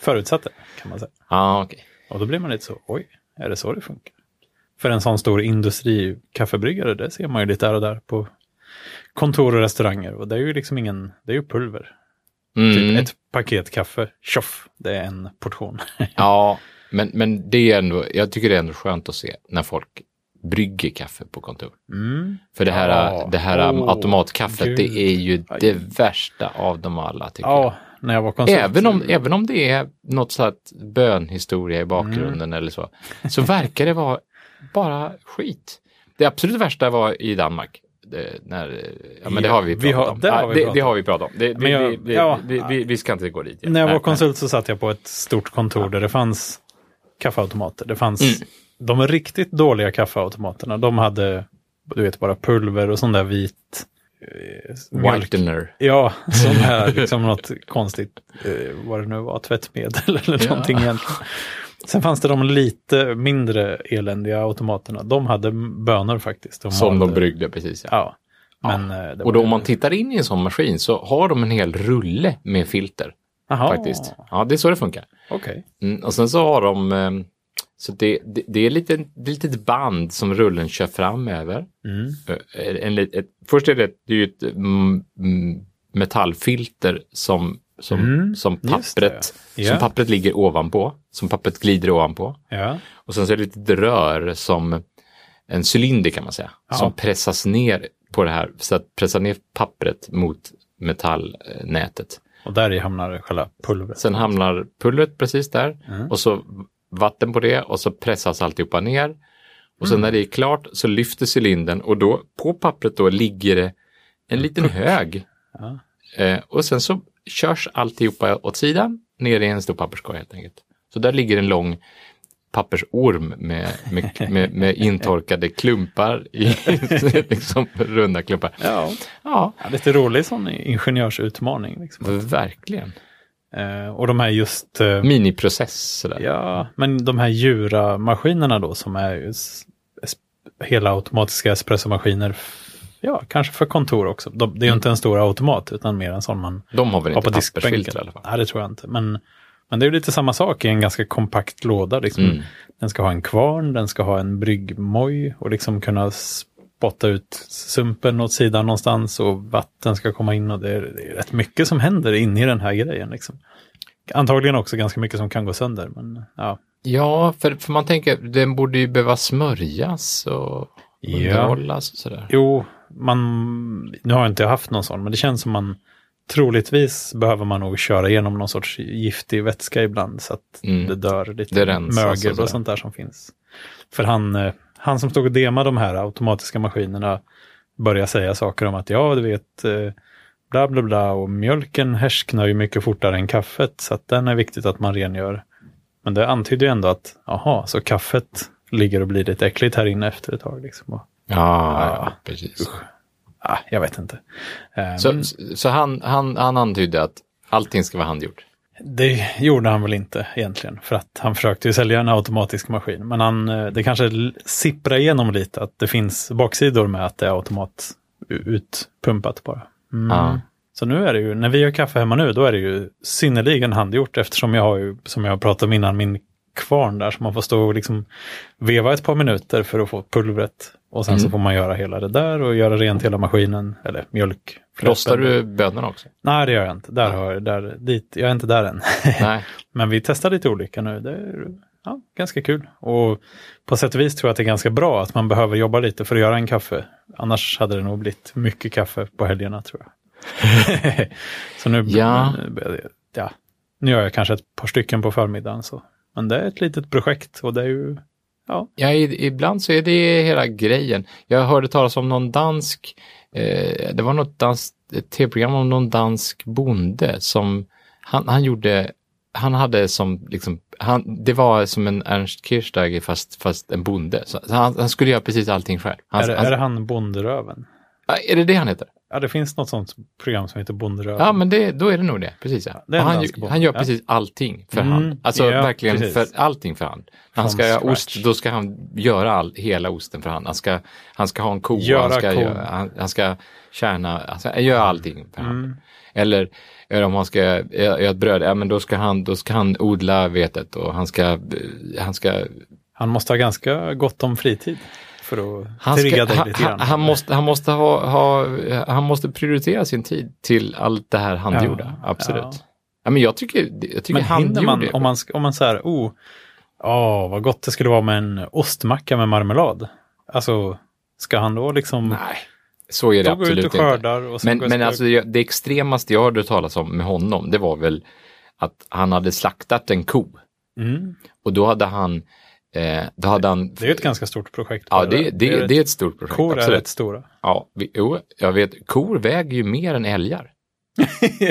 S1: förutsatte, kan man säga.
S2: ah, okej.
S1: Och då blir man lite så, oj, är det så det funkar? För en sån stor industrikaffebryggare, det ser man ju lite där och där på kontor och restauranger. Och det är ju liksom ingen, det är ju pulver.
S2: Mm.
S1: Typ ett paket kaffe, tjoff, det är en portion.
S2: Ja, men, men det är ändå, jag tycker det är ändå skönt att se när folk brygger kaffe på kontor.
S1: Mm.
S2: För det här, äh,
S1: Ja.
S2: det här
S1: Åh,
S2: automatkaffet,
S1: gud.
S2: det är ju
S1: Aj.
S2: det värsta av dem alla tycker
S1: Ja, när jag var
S2: jag.
S1: konsult.
S2: Även om, även om det är något slags bönhistoria i bakgrunden
S1: Mm.
S2: eller så, så verkar det vara bara skit. Det absolut värsta var i Danmark. Det, när, ja, men det
S1: Ja,
S2: har vi
S1: vi
S2: pratat
S1: har-
S2: om.
S1: det har
S2: Ja,
S1: vi
S2: det,
S1: pratat
S2: det har
S1: om.
S2: vi pratat om. Det,
S1: Men
S2: det,
S1: jag-
S2: det, det,
S1: ja.
S2: vi, vi, vi ska inte gå dit. igen.
S1: När jag var
S2: Nej, nej.
S1: konsult så satt jag på ett stort kontor där det fanns kaffeautomater. Det fanns
S2: Mm.
S1: de riktigt dåliga kaffeautomaterna. De hade, du vet, bara pulver och sån där vit... eh, mjölk-
S2: Whitener.
S1: Ja, sån här, liksom något konstigt, eh, vad det nu var, tvättmedel eller
S2: Ja.
S1: någonting egentligen. Sen fanns det de lite mindre eländiga automaterna. De hade bönor faktiskt.
S2: Som de
S1: malde-
S2: bryggde, precis. Ja.
S1: Ja. Men, eh, det
S2: Och
S1: var-
S2: då om man tittar in i en sån maskin så har de en hel rulle med filter
S1: Aha,
S2: faktiskt. Ja, det är så det funkar.
S1: Okej.
S2: Mm, och sen så har de, ehm, så det, det, det är lite, det är ett litet band som rullen kör fram över.
S1: Mm.
S2: Eh, En, lit- ett, först är det, ett- det är ju ett mm, mm, metallfilter som, som,
S1: Mm,
S2: som,
S1: just det.
S2: pappret,
S1: Ja.
S2: som pappret ligger ovanpå, som pappret glider ovanpå.
S1: Ja.
S2: Och sen så är det ett litet rör som en cylinder kan man säga,
S1: Ja.
S2: som pressas ner på det här, så att pressa ner pappret mot metallnätet.
S1: Och där i hamnar själva pulvret.
S2: Sen hamnar pulvret precis där
S1: Mm.
S2: och så vatten på det och så pressas alltihopa
S1: Mm.
S2: ner. Och sen när det är klart så lyfter cylindern och då på pappret då ligger det en liten hög.
S1: Ja.
S2: Eh, och sen så körs alltihopa åt sidan, ner i en stor papperskorg helt enkelt. Så där ligger en lång pappersorm med, med, med, med intorkade klumpar, i, liksom runda klumpar.
S1: Ja.
S2: Ja,
S1: lite rolig sån ingenjörsutmaning. Liksom.
S2: verkligen.
S1: Eh, och de här just, eh,
S2: Miniprocess sådär.
S1: ja, men de här Jura-maskinerna då som är ju s- es- hela automatiska espressomaskiner. f- Ja, kanske för kontor också. De, det är ju inte en stor automat utan mer en sån man
S2: De har väl
S1: har på
S2: inte pappersfilter i
S1: diskbänken.
S2: alla fall.
S1: Nej, det tror jag inte. Men, men det är ju lite samma sak i en ganska kompakt låda. Liksom.
S2: Mm.
S1: Den ska ha en kvarn, den ska ha en bryggmoj och liksom kunna spotta ut sumpen åt sidan någonstans och vatten ska komma in och det är, det är rätt mycket som händer inne i den här grejen. Liksom. Antagligen också ganska mycket som kan gå sönder. Men, ja.
S2: Ja, för, för man tänker, den borde ju behöva smörjas och
S1: Ja.
S2: underhållas och sådär.
S1: Jo, man, nu har jag inte haft någon sån, men det känns som man troligtvis behöver man nog köra igenom någon sorts giftig vätska ibland så att
S2: Mm.
S1: det dör lite
S2: Det rensas och
S1: mögel
S2: sådär.
S1: och sånt där som finns. För han, eh, han som stod och demade de här automatiska maskinerna började säga saker om att ja, du vet, eh, bla bla bla och mjölken härsknar ju mycket fortare än kaffet så att den är viktigt att man rengör. Men det antyder ju ändå att, aha, så kaffet ligger och blir lite äckligt här inne efter ett tag. Liksom. Och,
S2: Ja,
S1: Ja.
S2: ja, precis.
S1: ah, jag vet inte. Eh,
S2: Så, så han, han, han antydde att allting ska vara handgjort.
S1: Det gjorde han väl inte egentligen, för att han försökte ju sälja en automatisk maskin. Men han, eh, det kanske l- sipprar igenom lite att det finns baksidor med att det är automat u- utpumpat bara. Mm.
S2: Ja.
S1: Så nu är det ju, när vi gör kaffe hemma nu, då är det ju synnerligen handgjort eftersom jag har ju, som jag pratade om innan, min kvarn där som man får stå och liksom veva ett par minuter för att få pulvret. Och sen så
S2: Mm.
S1: får man göra hela det där och göra rent hela maskinen, eller mjölk.
S2: Rostar du bönorna också?
S1: Nej, det gör jag inte. Där har, jag- där, dit, jag är inte där än.
S2: Nej.
S1: Men vi testar lite olika nu. Det är ja, ganska kul. Och på sätt och vis tror jag att det är ganska bra att man behöver jobba lite för att göra en kaffe. Annars hade det nog blivit mycket kaffe på helgerna tror jag. så nu,
S2: Ja.
S1: ja, nu gör jag kanske ett par stycken på förmiddagen. Så. Men det är ett litet projekt och det är ju, ja,
S2: Ja, i- ibland så är det hela grejen. Jag hörde talas om någon dansk, eh, det var något dans, ett tv-program om någon dansk bonde som han, han gjorde, han hade som, liksom, han, det var som en Ernst Kirchsteiger fast, fast en bonde. Så han, han skulle göra precis allting själv. Han,
S1: är, det-
S2: han,
S1: är det han Bonderöven?
S2: Ah, är det det han heter?
S1: Ja, det finns något sånt program som heter Bonderöven.
S2: Ja, men det, då är det nog det. Precis ja.
S1: det är
S2: Och
S1: en
S2: han,
S1: dansk
S2: ju-
S1: bonde,
S2: han gör
S1: ja.
S2: precis allting för
S1: Mm,
S2: hand. Alltså
S1: ja,
S2: verkligen
S1: precis.
S2: för allting för hand. När han
S1: From
S2: ska göra
S1: scratch.
S2: ost, då ska han göra all, hela osten för hand. Han ska, han ska ha en ko,
S1: Göra
S2: han, ska
S1: ko.
S2: Göra, han, han ska kärna, alltså, han ska göra allting för
S1: Mm.
S2: hand. Eller, eller om han ska göra göra ett bröd, ja men då ska han, då ska han odla vetet och han ska, han ska
S1: Han måste ha ganska gott om fritid för att
S2: han,
S1: trigga
S2: ska,
S1: dig
S2: han,
S1: lite grann.
S2: han, han, måste, han, måste ha, ha, han måste prioritera sin tid till allt det här handgjorda,
S1: Ja,
S2: absolut.
S1: ja.
S2: Ja. men jag tycker, jag tycker
S1: Men hinner
S2: handgjord
S1: man,
S2: är
S1: om
S2: bra.
S1: man, sk- om man så här, oh, åh, vad gott det skulle vara med en ostmacka med marmelad. Alltså, ska han då liksom,
S2: Nej, så är det
S1: då går ut
S2: absolut
S1: och
S2: inte.
S1: skördar och sen
S2: Men,
S1: går
S2: men
S1: jag-
S2: alltså, jag- det extremaste jag hörde talas om med honom, det var väl att han hade slaktat en ko.
S1: mm,
S2: Och då hade han... Eh, då hade han
S1: det är ju ett ganska stort projekt.
S2: Ja,
S1: bara
S2: det, det,
S1: ett-
S2: det är ett stort projekt.
S1: Kor är
S2: absolut.
S1: rätt stora.
S2: Ja, vi, jo, jag vet, kor väger ju mer än älgar.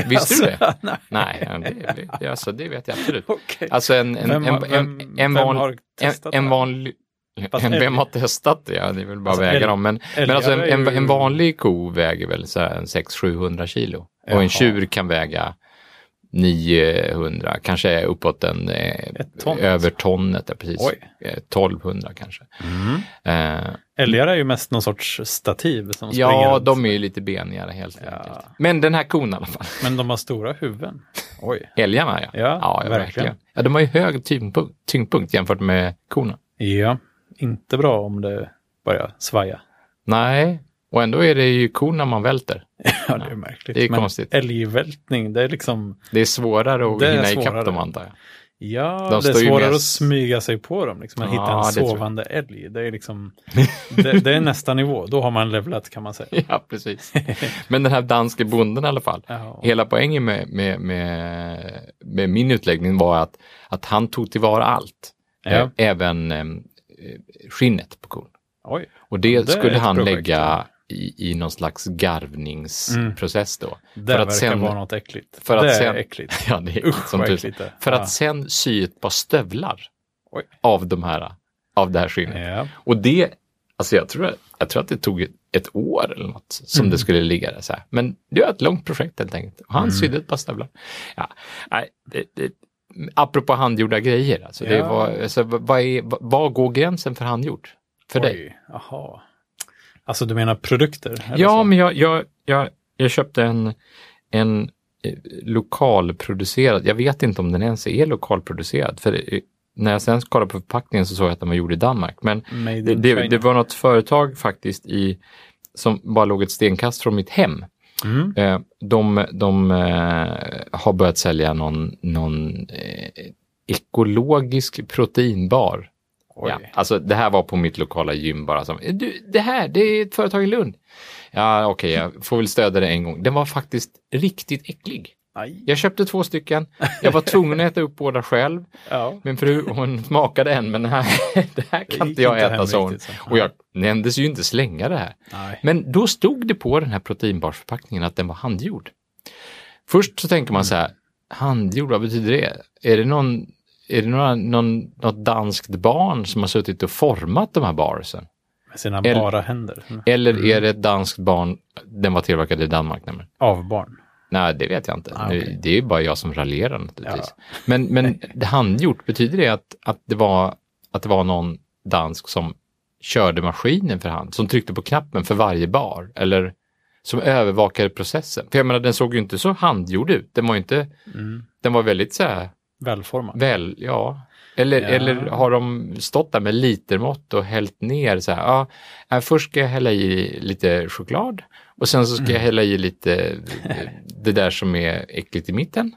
S2: Visste du det?
S1: Nej,
S2: Nej, ja, det, det, alltså, det vet jag absolut.
S1: okej.
S2: Alltså en, en,
S1: Vem
S2: en,
S1: har-
S2: en,
S1: vem-
S2: en,
S1: vem
S2: van-
S1: har
S2: en,
S1: testat
S2: en
S1: det?
S2: vanlig...
S1: Fast
S2: En,
S1: älg-
S2: vem har testat det? Ja, det är väl bara
S1: Alltså,
S2: att väga
S1: älg-
S2: dem. Men, men
S1: älgar
S2: alltså en,
S1: är
S2: en,
S1: ju-
S2: en vanlig ko väger väl så här en 600-700 kilo. Och
S1: Jaha.
S2: en tjur kan väga 900, kanske uppåt en... eh,
S1: Ett ton, alltså.
S2: Över tonnet, ja, precis.
S1: Oj.
S2: Eh, 1200 kanske.
S1: Mm.
S2: Eh,
S1: Älgar är ju mest någon sorts stativ som springer
S2: ja,
S1: runt.
S2: de är ju lite benigare helt
S1: Ja.
S2: enkelt. Men den här kon i alla fall.
S1: Men de har stora huvuden. Oj.
S2: Älgarna ja.
S1: Ja,
S2: verkligen.
S1: verkligen.
S2: Ja, de har ju hög tyngdpunkt, tyngdpunkt jämfört med korna.
S1: Ja, inte bra om det börjar svaja.
S2: Nej, och ändå är det ju korna man välter.
S1: Ja, det är märkligt.
S2: Det är
S1: Men
S2: konstigt.
S1: Älgvältning, det är liksom...
S2: Det är svårare att
S1: Det är
S2: hinna
S1: svårare.
S2: ikapp dem antar jag.
S1: Ja,
S2: De
S1: det är
S2: står ju
S1: svårare
S2: mest-
S1: att smyga sig på dem. Liksom. Att
S2: Ja,
S1: hitta en
S2: det tror jag.
S1: sovande älg. Det är, liksom, det, det är nästa nivå. Då har man levlat kan man säga.
S2: Ja, precis. Men den här danske bonden i alla fall.
S1: Ja.
S2: Hela poängen med, med, med, med min utläggning var att, att han tog tillvara allt.
S1: Ja.
S2: Ä- Även eh, skinnet på kon.
S1: Oj.
S2: Och det,
S1: Det är
S2: skulle
S1: ett
S2: han
S1: projekt.
S2: lägga i, i någon slags garvningsprocess då.
S1: Det
S2: att
S1: verkar
S2: sen-
S1: vara något äckligt.
S2: för att
S1: det
S2: sen-
S1: är äckligt.
S2: Ja, det är
S1: Usch
S2: som
S1: vad
S2: tusan.
S1: äckligt det är.
S2: För
S1: Ja.
S2: att sen sy ett par stövlar
S1: Oj.
S2: av, de här, av det här skinnet.
S1: Ja.
S2: Och det, alltså jag tror, jag tror att det tog ett, ett år eller något som
S1: Mm.
S2: det skulle ligga där så här. Men det var ett långt projekt helt enkelt. Och han sydde ett par stövlar. Ja, nej, det, det, apropå handgjorda grejer, alltså, det
S1: Ja.
S2: var, alltså, vad, är, vad- vad går gränsen för handgjort? För dig?
S1: Oj, Jaha. Alltså du menar produkter? eller
S2: Ja,
S1: så?
S2: men jag, jag, jag, jag köpte en, en eh, lokalproducerad, jag vet inte om den ens är lokalproducerad, för eh, när jag sen kollade på förpackningen så såg jag att den var gjord i Danmark. Men
S1: Made in
S2: det, det,
S1: China.
S2: det var något företag faktiskt i, som bara låg ett stenkast från mitt hem.
S1: Mm.
S2: Eh, De, de eh, har börjat sälja någon, någon eh, ekologisk proteinbar.
S1: Oj.
S2: Ja, alltså det här var på mitt lokala gym bara som, du, det här, det är ett företag i Lund. Ja, okej, jag får väl stödja det en gång. Den var faktiskt riktigt äcklig.
S1: Aj.
S2: Jag köpte två stycken. Jag var tvungen att äta upp båda själv.
S1: Ja.
S2: Min fru, hon smakade en, men det här, det här
S1: Det
S2: kan
S1: gick
S2: inte jag
S1: inte hem
S2: äta, sa hon.
S1: riktigt, så.
S2: Och jag nämndes ju inte slänga det här.
S1: Nej.
S2: Men då stod det på den här proteinbarsförpackningen att den var handgjord. Först så tänker man så här, handgjord, vad betyder det? Är det, någon, är det några, någon, något danskt barn som har suttit och format de här barsen?
S1: Med sina
S2: Eller-
S1: bara händer. Mm.
S2: Eller är det ett danskt barn, den var tillverkad i Danmark nämligen?
S1: Av barn.
S2: Nej, det vet jag inte.
S1: Ah,
S2: Nu-
S1: okej.
S2: Det är ju bara jag som raljerar naturligtvis. Men, men det handgjort, betyder det att, att, det var, att det var någon dansk som körde maskinen för hand, som tryckte på knappen för varje bar eller som övervakade processen? För jag menar, den såg ju inte så handgjord ut. Den var ju inte,
S1: Mm.
S2: den var väldigt så här,
S1: Välformad.
S2: väl, ja. Eller,
S1: Ja.
S2: eller har de stått där med litermått och hällt ner så här, ja, här, först ska jag hälla i lite choklad och sen så ska
S1: Mm.
S2: jag hälla i lite eh, det där som är äckligt i mitten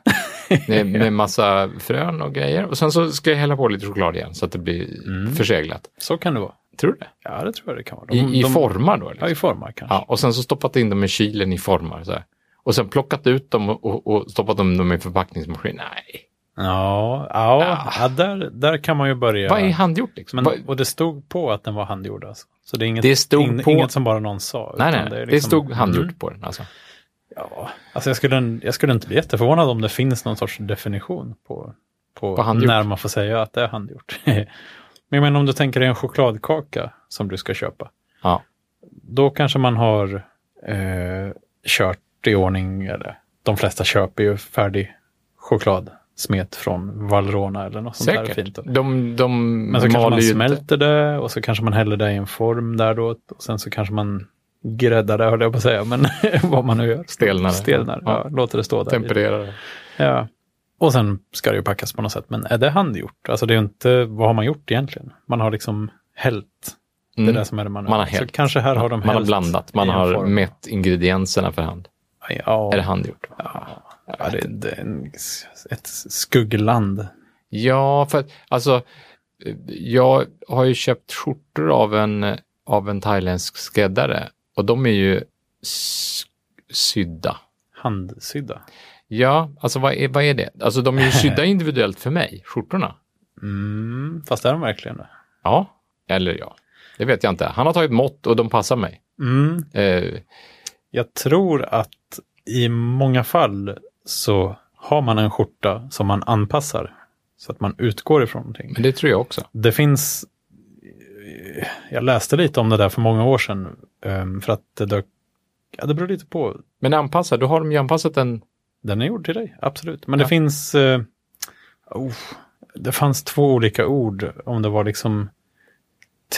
S2: med, med massa frön och grejer och sen så ska jag hälla på lite choklad igen så att det blir förseglat.
S1: Så kan det vara.
S2: Tror du det?
S1: Ja, det tror jag det kan vara.
S2: I, i
S1: Mm. de,
S2: formar då?
S1: Ja,
S2: Liksom.
S1: i formar kanske.
S2: Ja, och sen så stoppat in dem i kylen i formar så här. Och sen plockat ut dem och, och, och stoppat in dem i förpackningsmaskin. Nej,
S1: Ja, ja,
S2: Ah.
S1: ja där, där kan man ju börja.
S2: vad är handgjort liksom?
S1: Men,
S2: Vad-
S1: och det stod på att den var handgjord alltså. Så det är inget,
S2: Det stod
S1: ing-
S2: på-
S1: inget som bara någon sa.
S2: Nej,
S1: utan
S2: nej,
S1: är
S2: det,
S1: liksom-
S2: stod handgjort
S1: Mm.
S2: på den alltså.
S1: Ja, alltså jag skulle, jag skulle inte bli jätteförvånad om det finns någon sorts definition på, på,
S2: På handgjort.
S1: när man får säga att det är handgjort. Men jag menar om du tänker dig en chokladkaka som du ska köpa.
S2: Ja.
S1: Då kanske man har eh, kört i ordning, eller de flesta köper ju färdig chokladsmet från Valrona eller något sånt där
S2: Säkert.
S1: fint. då.
S2: De, de
S1: Men så kanske
S2: maler
S1: man
S2: ju inte-
S1: smälter det och så kanske man häller det i en form där då och sen så kanske man gräddar det, höll jag på att säga, men vad man nu gör.
S2: Stelnar det.
S1: Stelnar, ja.
S2: Ja.
S1: låter det stå där. lite.
S2: Tempererar det.
S1: Ja. Och sen ska det ju packas på något sätt, men är det handgjort? Alltså det är ju inte, vad har man gjort egentligen? Man har liksom hällt det
S2: Mm.
S1: där som är det man
S2: Man har
S1: Så
S2: hällt.
S1: kanske här har de
S2: Man har
S1: hällt
S2: blandat, man
S1: i en
S2: har
S1: form.
S2: mätt ingredienserna för hand.
S1: Ja,
S2: Är det handgjort?
S1: ja det, det är en, ett skuggland.
S2: Ja, för att alltså, jag har ju köpt skjortor av en, av en thailändsk skräddare och de är ju s- sydda.
S1: Handsydda.
S2: Ja, alltså vad är, vad är det? Alltså de är ju sydda individuellt för mig, skjortorna.
S1: Mm, fast är de verkligen det?
S2: Ja, eller ja, det vet jag inte. Han har tagit mått och de passar mig.
S1: Mm,
S2: Eh,
S1: Jag tror att i många fall så har man en skjorta som man anpassar så att man utgår ifrån någonting.
S2: men det tror jag också.
S1: Det finns, jag läste lite om det där för många år sedan ehm, för att det dök, ja det beror lite på,
S2: Men anpassa, då har de ju anpassat den.
S1: den är gjord till dig, absolut. Men
S2: Ja.
S1: det finns, eh, oh, det fanns två olika ord om det var liksom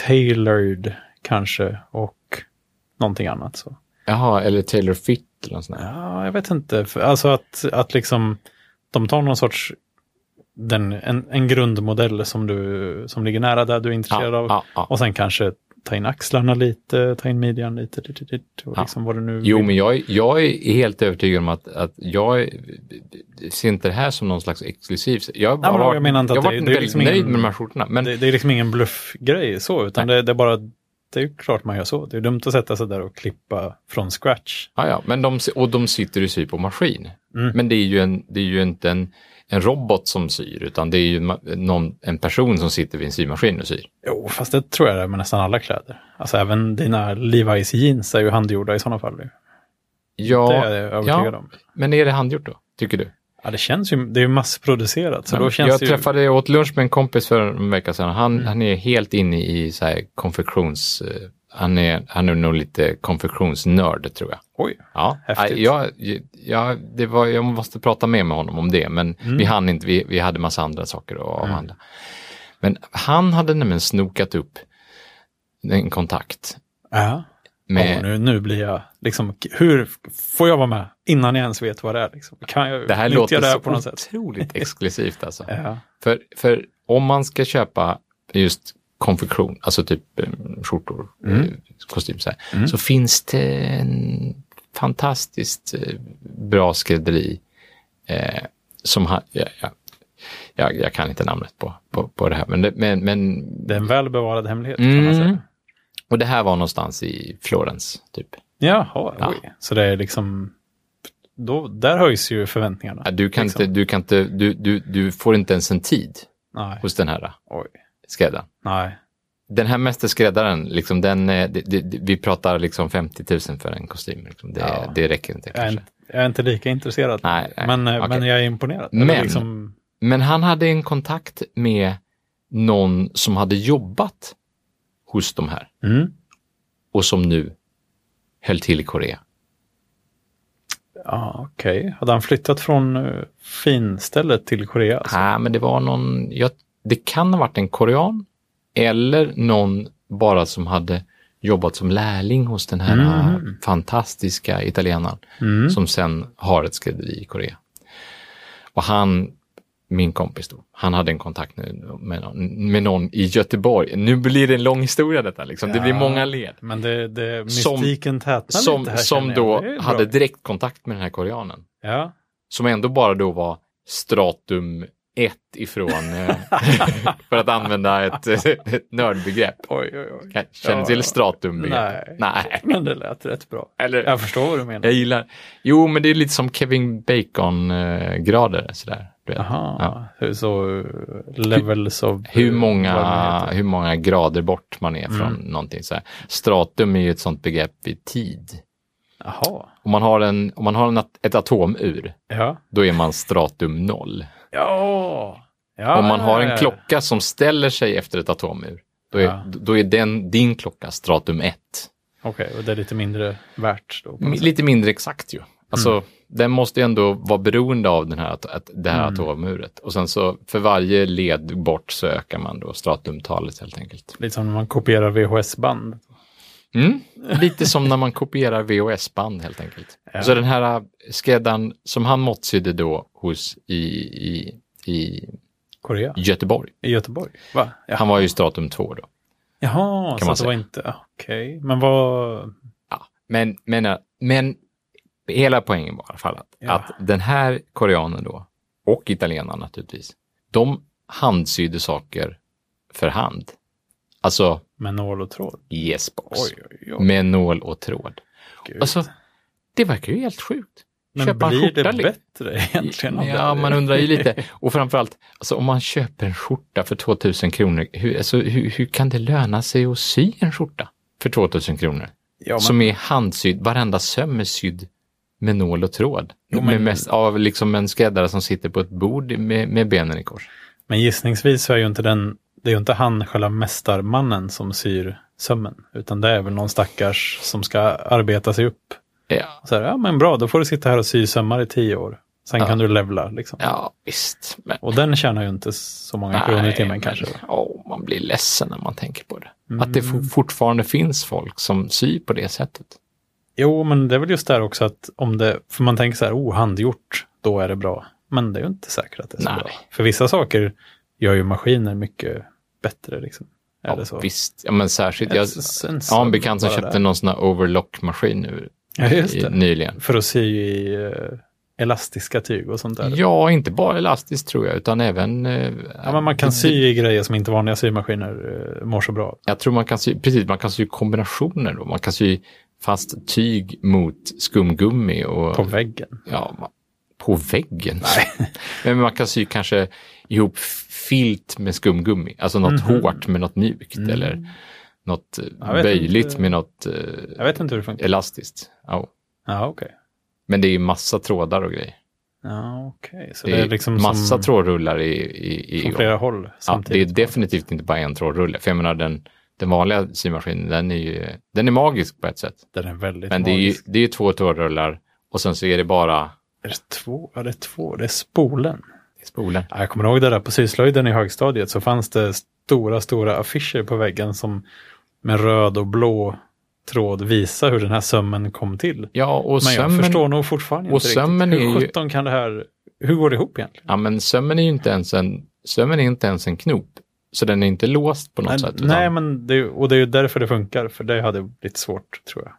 S1: tailored kanske och någonting annat. Så.
S2: Jaha, eller Taylor Fit eller något sånt där.
S1: Ja, jag vet inte. För- Alltså att, att liksom de tar någon sorts den, en, en grundmodell som, du, som ligger nära där du är intresserad av.
S2: ja, ja.
S1: Och sen kanske ta in axlarna lite, ta in midjan lite, dit, dit, dit, och
S2: Ja.
S1: liksom vad du nu
S2: Jo,
S1: vill.
S2: men jag, jag är helt övertygad om att, att jag ser inte det här som någon slags exklusiv. Jag har
S1: Nej, men
S2: varit-
S1: jag menar inte
S2: jag
S1: att
S2: har
S1: det-
S2: varit
S1: det är
S2: väldigt
S1: liksom
S2: nöjd
S1: ingen-
S2: med de här skjortorna. Men
S1: det, det är liksom ingen bluffgrej så, utan det, det är bara det är ju klart man gör så. Det är dumt att sätta sig där och klippa från scratch.
S2: Ja, ja, men de, och de sitter och syr på maskin.
S1: Mm.
S2: Men det är ju, en, det är ju inte en, en robot som syr, utan det är ju ma- någon, en person som sitter vid en symaskin och syr.
S1: Jo, fast det tror jag det är med nästan alla kläder. Alltså även dina Levi's jeans är ju handgjorda i sådana fall. ju.
S2: Ja,
S1: Det är jag övertygad
S2: ja,
S1: om.
S2: men är det handgjort då, tycker du?
S1: Ja, det känns ju, det är ju massproducerat. Så
S2: Ja,
S1: då känns
S2: jag
S1: det ju, Mm.
S2: träffade, jag åt lunch med en kompis för en vecka sedan. Han, han är helt inne i så här konfektions... eh, Han är, han är nog lite konfektionsnörd, tror jag.
S1: Oj,
S2: Ja,
S1: Häftigt.
S2: nej, jag, jag, det var, jag måste prata mer med honom om det, men
S1: Mm.
S2: vi hann inte, vi, vi hade massa andra saker att avhandla. Men han hade nämligen snokat upp en kontakt
S1: ja.
S2: med...
S1: Åh, nu, nu blir jag liksom, hur får jag vara med innan jag ens vet vad det är? Liksom? Kan jag
S2: det här
S1: nyttja
S2: låter
S1: det här
S2: så
S1: på något sätt?
S2: otroligt exklusivt alltså.
S1: Ja.
S2: För, för om man ska köpa just konfektion, alltså typ eh, skjortor, eh, kostym så här, så finns det en fantastiskt eh, bra skrädderi eh, som har, ja, ja, jag, jag kan inte namnet på, på, på det här, men, det, men, men
S1: Det är en välbevarad hemlighet kan man säga.
S2: Mm. och det här var någonstans i Florens, typ.
S1: Jaha,
S2: Ja.
S1: oj. Så det är liksom, då, där höjs ju förväntningarna.
S2: Ja, Du kan
S1: Liksom.
S2: inte, du kan inte, du, du, du får inte ens en tid
S1: Nej,
S2: hos den här
S1: oj.
S2: skräddaren.
S1: Nej.
S2: Den här mästerskräddaren, liksom den, eh, det, det, det- vi pratar liksom 50 000 för en kostym. Liksom. Det,
S1: Ja.
S2: det räcker inte
S1: Jag är,
S2: kanske.
S1: inte, jag är inte lika intresserad.
S2: Nej, nej,
S1: men, eh,
S2: okej.
S1: men jag är imponerad.
S2: Men-
S1: Eller liksom,
S2: Men han hade en kontakt med någon som hade jobbat hos de här
S1: mm,
S2: och som nu höll till i Korea.
S1: ja, okej. Hade han flyttat från eh, finstället till Korea? alltså?
S2: Nej, men det var någon, jag, det kan ha varit en korean eller någon bara som hade jobbat som lärling hos den här eh, fantastiska italienaren
S1: Mm.
S2: som sen har ett skrädderi i Korea. Och han, min kompis då, han hade en kontakt nu med någon, med någon i Göteborg. Nu blir det en lång historia detta, liksom. det blir
S1: Ja.
S2: många led.
S1: Men det, det,
S2: Som-
S1: mystiken tätnar
S2: Som,
S1: lite här.
S2: som
S1: känner jag.
S2: då
S1: Det är bra.
S2: hade direktkontakt med den här koreanen.
S1: Ja.
S2: som ändå bara då var stratum 1 ifrån, eh, för att använda ett, ett nördbegrepp.
S1: Oj, oj, oj.
S2: Kan- Känner
S1: Ja,
S2: du till
S1: ja.
S2: stratumbegreppet?
S1: Nej.
S2: Nej.
S1: Men det lät rätt bra.
S2: Eller,
S1: Jag förstår vad du menar.
S2: jag gillar, jo men det är lite som Kevin Bacon-grader eh, sådär. Du vet. Ja.
S1: Jaha, hur så eh, levels of...
S2: Hur
S1: vad det Mm. nu
S2: många,
S1: heter.
S2: hur många grader bort man är från någonting så här. Stratum är ju ett sånt begrepp i tid.
S1: Jaha,
S2: Om man har, en, om man har en, at- ett atomur,
S1: ja.
S2: då är man stratum noll.
S1: Ja! ja
S2: Om man har
S1: ja,
S2: en
S1: ja.
S2: klocka som ställer sig efter ett atomur, då är,
S1: Ja.
S2: då är den, din klocka stratum 1.
S1: Okej, och det är lite mindre värt då? på något sätt.
S2: Lite mindre exakt ju. Alltså, den måste ju ändå vara beroende av den här, at- att, det här atomuret. Och sen så för varje led bort så ökar man då stratumtalet helt enkelt.
S1: Lite som när man kopierar VHS-band.
S2: Mm. Lite som när man kopierar VHS-band helt enkelt. Så den här skräddaren som han måttsydde då hos i, i, i
S1: Korea?
S2: Göteborg,
S1: I Göteborg? Va? Ja.
S2: han var ju stratum 2 då.
S1: Jaha, så
S2: man
S1: att det var
S2: säga.
S1: inte... Okej, men vad...
S2: Ja, men, men, men hela poängen var i alla fall att,
S1: Ja.
S2: att den här koreanen då, och italienaren naturligtvis, de handsydde saker för hand. Alltså
S1: Med nål och tråd?
S2: yesbox,
S1: Oj, oj, oj.
S2: med nål och tråd.
S1: Gud.
S2: Alltså, det verkar ju helt sjukt.
S1: men
S2: Köpa en
S1: blir det
S2: skjorta, liksom.
S1: bättre egentligen? av det
S2: Ja,
S1: här?
S2: man undrar ju lite. Och framförallt, alltså, om man köper en skjorta för 2000 kronor, hur, alltså, hur, hur kan det löna sig att sy en skjorta för 2000 kronor?
S1: Ja, men,
S2: som är handsydd, varenda söm är sydd med nål och tråd.
S1: Jo, men-
S2: med mest, av liksom en skräddare som sitter på ett bord med, med benen i kors.
S1: men gissningsvis så är ju inte den... Det är ju inte han, själva mästarmannen, som syr sömmen. Utan det är väl någon stackars som ska arbeta sig upp.
S2: Ja,
S1: Så här, ja men bra, då får du sitta här och sy sömmar i tio år. Sen kan du levla liksom.
S2: ja visst. Men,
S1: Och den tjänar ju inte så många kronor i timmen kanske. Mm.
S2: åh, man blir ledsen när man tänker på det. Att det for, fortfarande finns folk som syr på det sättet.
S1: Jo, men det är väl just där också att om det, för man tänker så här, oh, handgjort, då är det bra. Men det är ju inte säkert att det är så
S2: Nej.
S1: bra. För vissa saker gör ju maskiner mycket bättre liksom.
S2: Ja,
S1: Eller så.
S2: visst. Ja, men särskilt. Jag,
S1: Ett- en
S2: jag har
S1: söm
S2: en bekant som
S1: bara
S2: köpte
S1: där.
S2: någon sån här overlock-maskin nu
S1: Ja, just
S2: i,
S1: det.
S2: nyligen.
S1: För att sy i eh, elastiska tyg och sånt där.
S2: Ja, inte bara elastiskt tror jag, utan även... eh,
S1: Ja, men man kan sy i grejer som inte vanliga symaskiner eh, mår så bra av.
S2: Jag tror man kan sy, precis, man kan sy kombinationer då. Man kan sy fast tyg mot skumgummi och...
S1: på väggen.
S2: ja, ma- på väggen. Men man kan sy kanske ihop filt med skumgummi, alltså något hårt med något mjukt eller något eh,
S1: Mhm. Mm. Jag vet
S2: böjligt
S1: inte.
S2: med något eh,
S1: Jag vet inte hur det funkar.
S2: elastiskt. Ja.
S1: Ja, okej.
S2: Men det är ju massa trådar och grejer.
S1: Ja, okej. Så
S2: Det är,
S1: det är liksom
S2: massa
S1: som,
S2: trådrullar i... i, i
S1: från flera håll
S2: ja, det är
S1: samtidigt.
S2: definitivt inte bara en trådrulle, för jag menar den, den vanliga symaskinen, den är ju den är magisk på ett sätt.
S1: Den är väldigt
S2: Men det är ju
S1: magisk.
S2: det är ju två trådrullar och sen så är det bara
S1: Är det två? Ja, det är två. Det är spolen.
S2: spolen.
S1: Ja, Jag kommer ihåg det där på syslöjden i högstadiet så fanns det stora, stora affischer på väggen som med röd och blå tråd visar hur den här sömmen kom till.
S2: Ja, och
S1: Men jag
S2: sömmen-
S1: förstår nog fortfarande
S2: och
S1: inte
S2: sömmen
S1: riktigt.
S2: är
S1: Hur
S2: ju-
S1: sjutton kan det här... Hur går det ihop egentligen?
S2: Ja, men sömmen är ju inte ens en, sömmen är inte ens en knop. Så den är inte låst på något
S1: Nej,
S2: sätt. utan-
S1: nej men det, är ju- och det är ju därför det funkar, för det hade blivit svårt tror jag.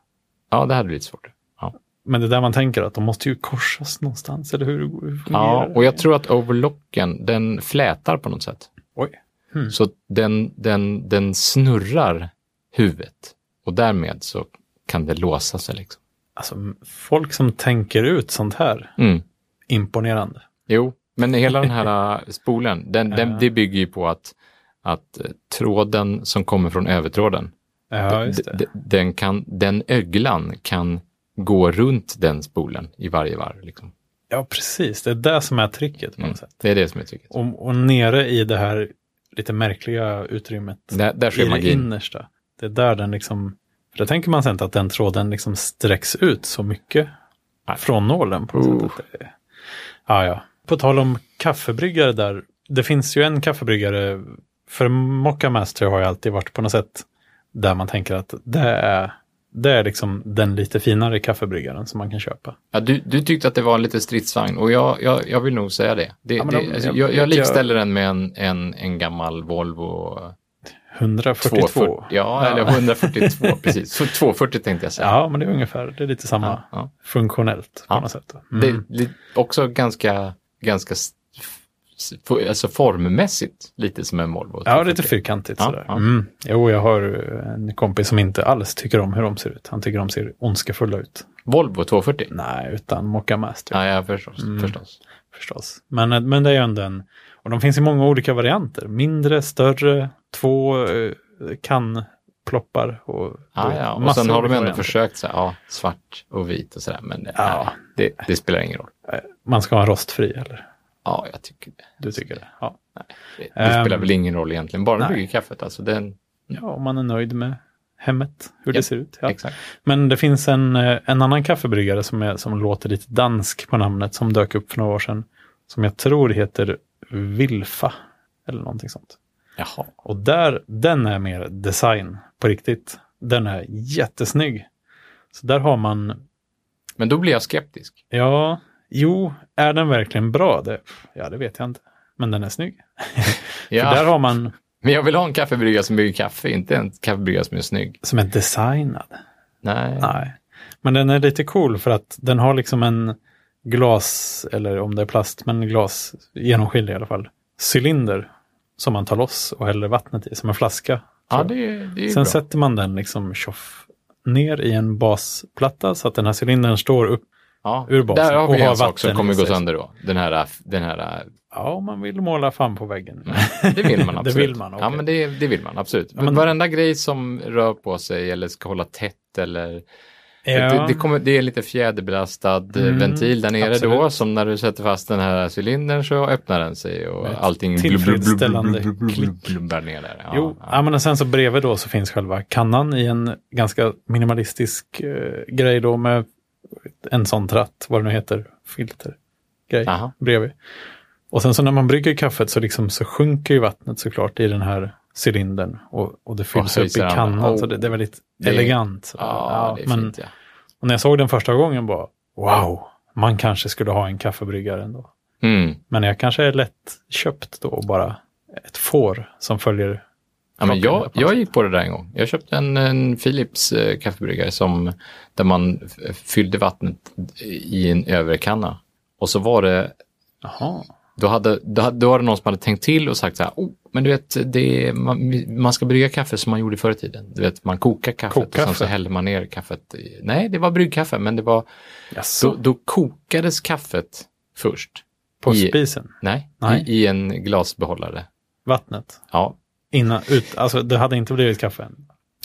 S2: Ja, det hade blivit svårt. Ja.
S1: Men det är där man tänker att de måste ju korsas någonstans, eller hur, hur fungerar
S2: ja,
S1: det?
S2: och jag tror att overlocken, den flätar på något sätt.
S1: Oj. Hmm.
S2: Så den, den, den snurrar huvudet. Och därmed så kan det låsa sig. Liksom.
S1: Alltså, folk som tänker ut sånt här,
S2: Mm.
S1: imponerande.
S2: Jo, men hela den här äh, spolen, den,
S1: Ja.
S2: den, det bygger ju på att, att eh, tråden som kommer från övertråden,
S1: Ja, just det.
S2: d- d- Den, kan, den öglan kan gå runt den spolen i varje varv. Liksom.
S1: Ja, precis. Det är det som är tricket på något
S2: Mm.
S1: sätt.
S2: Det är det som är tricket.
S1: Och, och nere i det här lite märkliga utrymmet,
S2: Där, där
S1: i
S2: sker
S1: det
S2: magin.
S1: innersta, det är där den liksom, för där tänker man sig inte att den tråden liksom sträcks ut så mycket
S2: Nej.
S1: från nålen på något
S2: Oh.
S1: sätt. Att det är. Ja, ja. På tal om kaffebryggare där, det finns ju en kaffebryggare, för Mocha Master har ju alltid varit på något sätt där man tänker att det är, det är liksom den lite finare kaffebryggaren som man kan köpa.
S2: Ja, du, du tyckte att det var en liten stridsvagn och jag, jag, jag vill nog säga det. det,
S1: Ja, men de-
S2: det alltså, jag, jag
S1: jag-
S2: likställer den med en, en, en gammal Volvo
S1: 142.
S2: 240. Ja, eller 142 precis. Så 240 tänkte jag säga.
S1: Ja, men det är ungefär, det är lite samma
S2: Ja, ja.
S1: funktionellt på
S2: Ja.
S1: något sätt. då.
S2: Det
S1: Mm.
S2: är li- också ganska, ganska s- s- f- alltså formmässigt lite som en Volvo.
S1: Ja, lite fyrkantigt
S2: Ja,
S1: sådär.
S2: ja.
S1: Mm. Jo, jag har en kompis som inte alls tycker om hur de ser ut. Han tycker de ser ondskefulla ut.
S2: Volvo 240.
S1: Nej, utan Mocka Master
S2: Ja, ja förstås.
S1: Mm.
S2: förstås.
S1: förstås. Men, men det är ju ändå en... Och de finns i många olika varianter. Mindre, större, två eh, kannploppar och
S2: Ja, ja. Och
S1: massor
S2: sen har de
S1: olika
S2: ändå
S1: varianter.
S2: försökt så här, ja, svart och vit och sådär, men eh,
S1: Ja.
S2: nej, det, det spelar ingen roll.
S1: Man ska ha en rostfri, eller?
S2: Ja, jag tycker det.
S1: Du tycker det? Ja.
S2: Det, det
S1: Ehm,
S2: spelar väl ingen roll egentligen, bara
S1: nej.
S2: bygger kaffet. Alltså den,
S1: ja, om man är nöjd med hemmet, hur
S2: Ja,
S1: det ser ut. Ja.
S2: exakt.
S1: Men det finns en, eh, en annan kaffebryggare som, är, som låter lite dansk på namnet som dök upp för några år sedan. Som jag tror heter Vilfa eller någonting sånt.
S2: Jaha.
S1: Och där, den är mer design på riktigt. Den är jättesnygg. Så där har man,
S2: Men då blir jag skeptisk.
S1: ja, jo, är den verkligen bra? Det, ja, det vet jag inte. Men den är snygg. För där
S2: Ja,
S1: har man
S2: men jag vill ha en kaffebryggare som bygger kaffe, inte en kaffebryggare som är snygg.
S1: som är designad.
S2: Nej.
S1: Nej, men den är lite cool för att den har liksom en glas, eller om det är plast, men glas, genomskinlig i alla fall, cylinder som man tar loss och häller vattnet i, som en flaska.
S2: Ja, det, är- det är
S1: Sen
S2: bra.
S1: sätter man den liksom tjoff ner i en basplatta så att den här cylindern står upp.
S2: ja.
S1: ur basen
S2: Där har
S1: och
S2: vi
S1: har
S2: en sak som
S1: vatten
S2: kommer
S1: i
S2: gå
S1: sig.
S2: sönder då. Den här, den här
S1: Ja, om man vill måla fan på väggen.
S2: Det vill man absolut.
S1: det vill man.
S2: Ja,
S1: okej.
S2: men det, det vill man absolut.
S1: men-
S2: Varenda grej som rör på sig eller ska hålla tätt eller...
S1: Ja.
S2: Det, det, kommer, det är lite fjäderbelastad eh,
S1: Mm,
S2: ventil där nere då,
S1: absolut.
S2: som när du sätter fast den här cylindern så öppnar den sig och
S1: Med ett
S2: allting...
S1: tillfredsställande klick.
S2: Där ner där. Ja,
S1: Jo, ja.
S2: ja.
S1: men och sen så bredvid då så finns själva kannan i en ganska minimalistisk eh, grej då med en sån tratt, vad det nu heter, filter grej
S2: Aha.
S1: bredvid. Och sen så när man brygger kaffet så liksom så sjunker ju vattnet såklart i den här cylindern och, och det fylls upp i
S2: höjs i andra.
S1: kannan. Så
S2: Oh.
S1: det, det är väldigt
S2: Det-
S1: elegant.
S2: ja, det är
S1: men,
S2: fint ja.
S1: och när jag såg den första gången bara, wow, man kanske skulle ha en kaffebryggare ändå.
S2: Mm.
S1: Men jag kanske är lätt köpt då och bara ett får som följer
S2: Ja, men
S1: Klockan
S2: jag,
S1: är på
S2: jag gick på det där en gång. Jag köpte en, en Philips eh, kaffebryggare som, där man f- fyllde vattnet i en överkanna Och så var det
S1: Jaha.
S2: då hade, då, hade- då var det någon som hade tänkt till och sagt så här, oh, men du vet, det är, man, man ska brygga kaffe som man gjorde förr i tiden. Du vet, man kokar kaffet och sen
S1: Kokkaffe.
S2: så häller man ner kaffet. i- Nej, det var bryggkaffe, men det var, då,
S1: Jaså?
S2: då kokades kaffet först.
S1: På
S2: i-
S1: spisen?
S2: Nej,
S1: Nej.
S2: I, i en glasbehållare.
S1: Vattnet?
S2: Ja,
S1: Innan, ut, alltså det hade inte blivit kaffe än?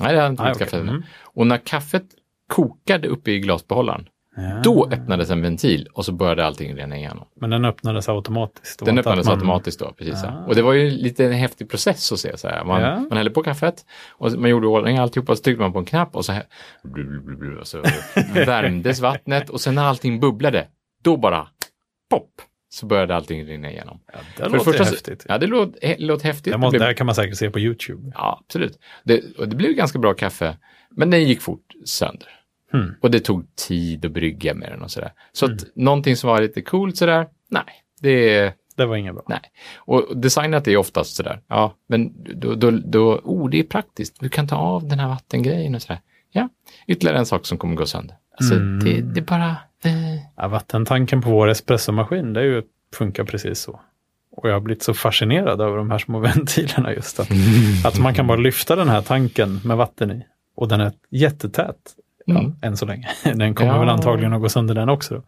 S2: nej, det hade inte
S1: Nej,
S2: blivit kaffe.
S1: okej. Mm.
S2: Och när kaffet kokade uppe i glasbehållaren,
S1: Ja.
S2: då öppnades en ventil och så började allting rinna igenom.
S1: Mm. Men den öppnades automatiskt? Det var
S2: Den
S1: inte att
S2: öppnades
S1: man-
S2: automatiskt då, precis. så.
S1: Ah.
S2: Och det var ju lite en häftig process att se så här. Man,
S1: Ja.
S2: man hällde på kaffet och man gjorde i ordning alltihopa, så tryckte man på en knapp och så, här, blu, blu, blu, blu, och så värmdes vattnet och sen när allting bubblade, då bara pop, så började allting rinna igenom.
S1: Ja, det låter
S2: första så-
S1: häftigt.
S2: Ja, det låter hä, låter häftigt.
S1: det, måste, det
S2: det blev,
S1: här kan man säkert se på YouTube.
S2: ja, absolut. Det, och det blev ganska bra kaffe, men den gick fort sönder.
S1: Hmm.
S2: Och det tog tid att brygga med den och sådär. Så att någonting som var lite coolt sådär, nej, det är
S1: Det var inget bra.
S2: Nej, och designat är oftast sådär, ja, men då, då, då, oh, det är praktiskt, du kan ta av den här vattengrejen och sådär. Ja, ytterligare en sak som kommer gå sönder. Alltså,
S1: Mm.
S2: det, det är bara, eh,
S1: Ja, vattentanken på vår espressomaskin, det är ju, funkar precis så. Och jag har blivit så fascinerad över de här små ventilerna just. Att,
S2: Mm.
S1: att man kan bara lyfta den här tanken med vatten i. Och den är jättetät
S2: mm.
S1: än så länge. Den kommer
S2: Ja.
S1: väl antagligen att gå sönder den också. Då.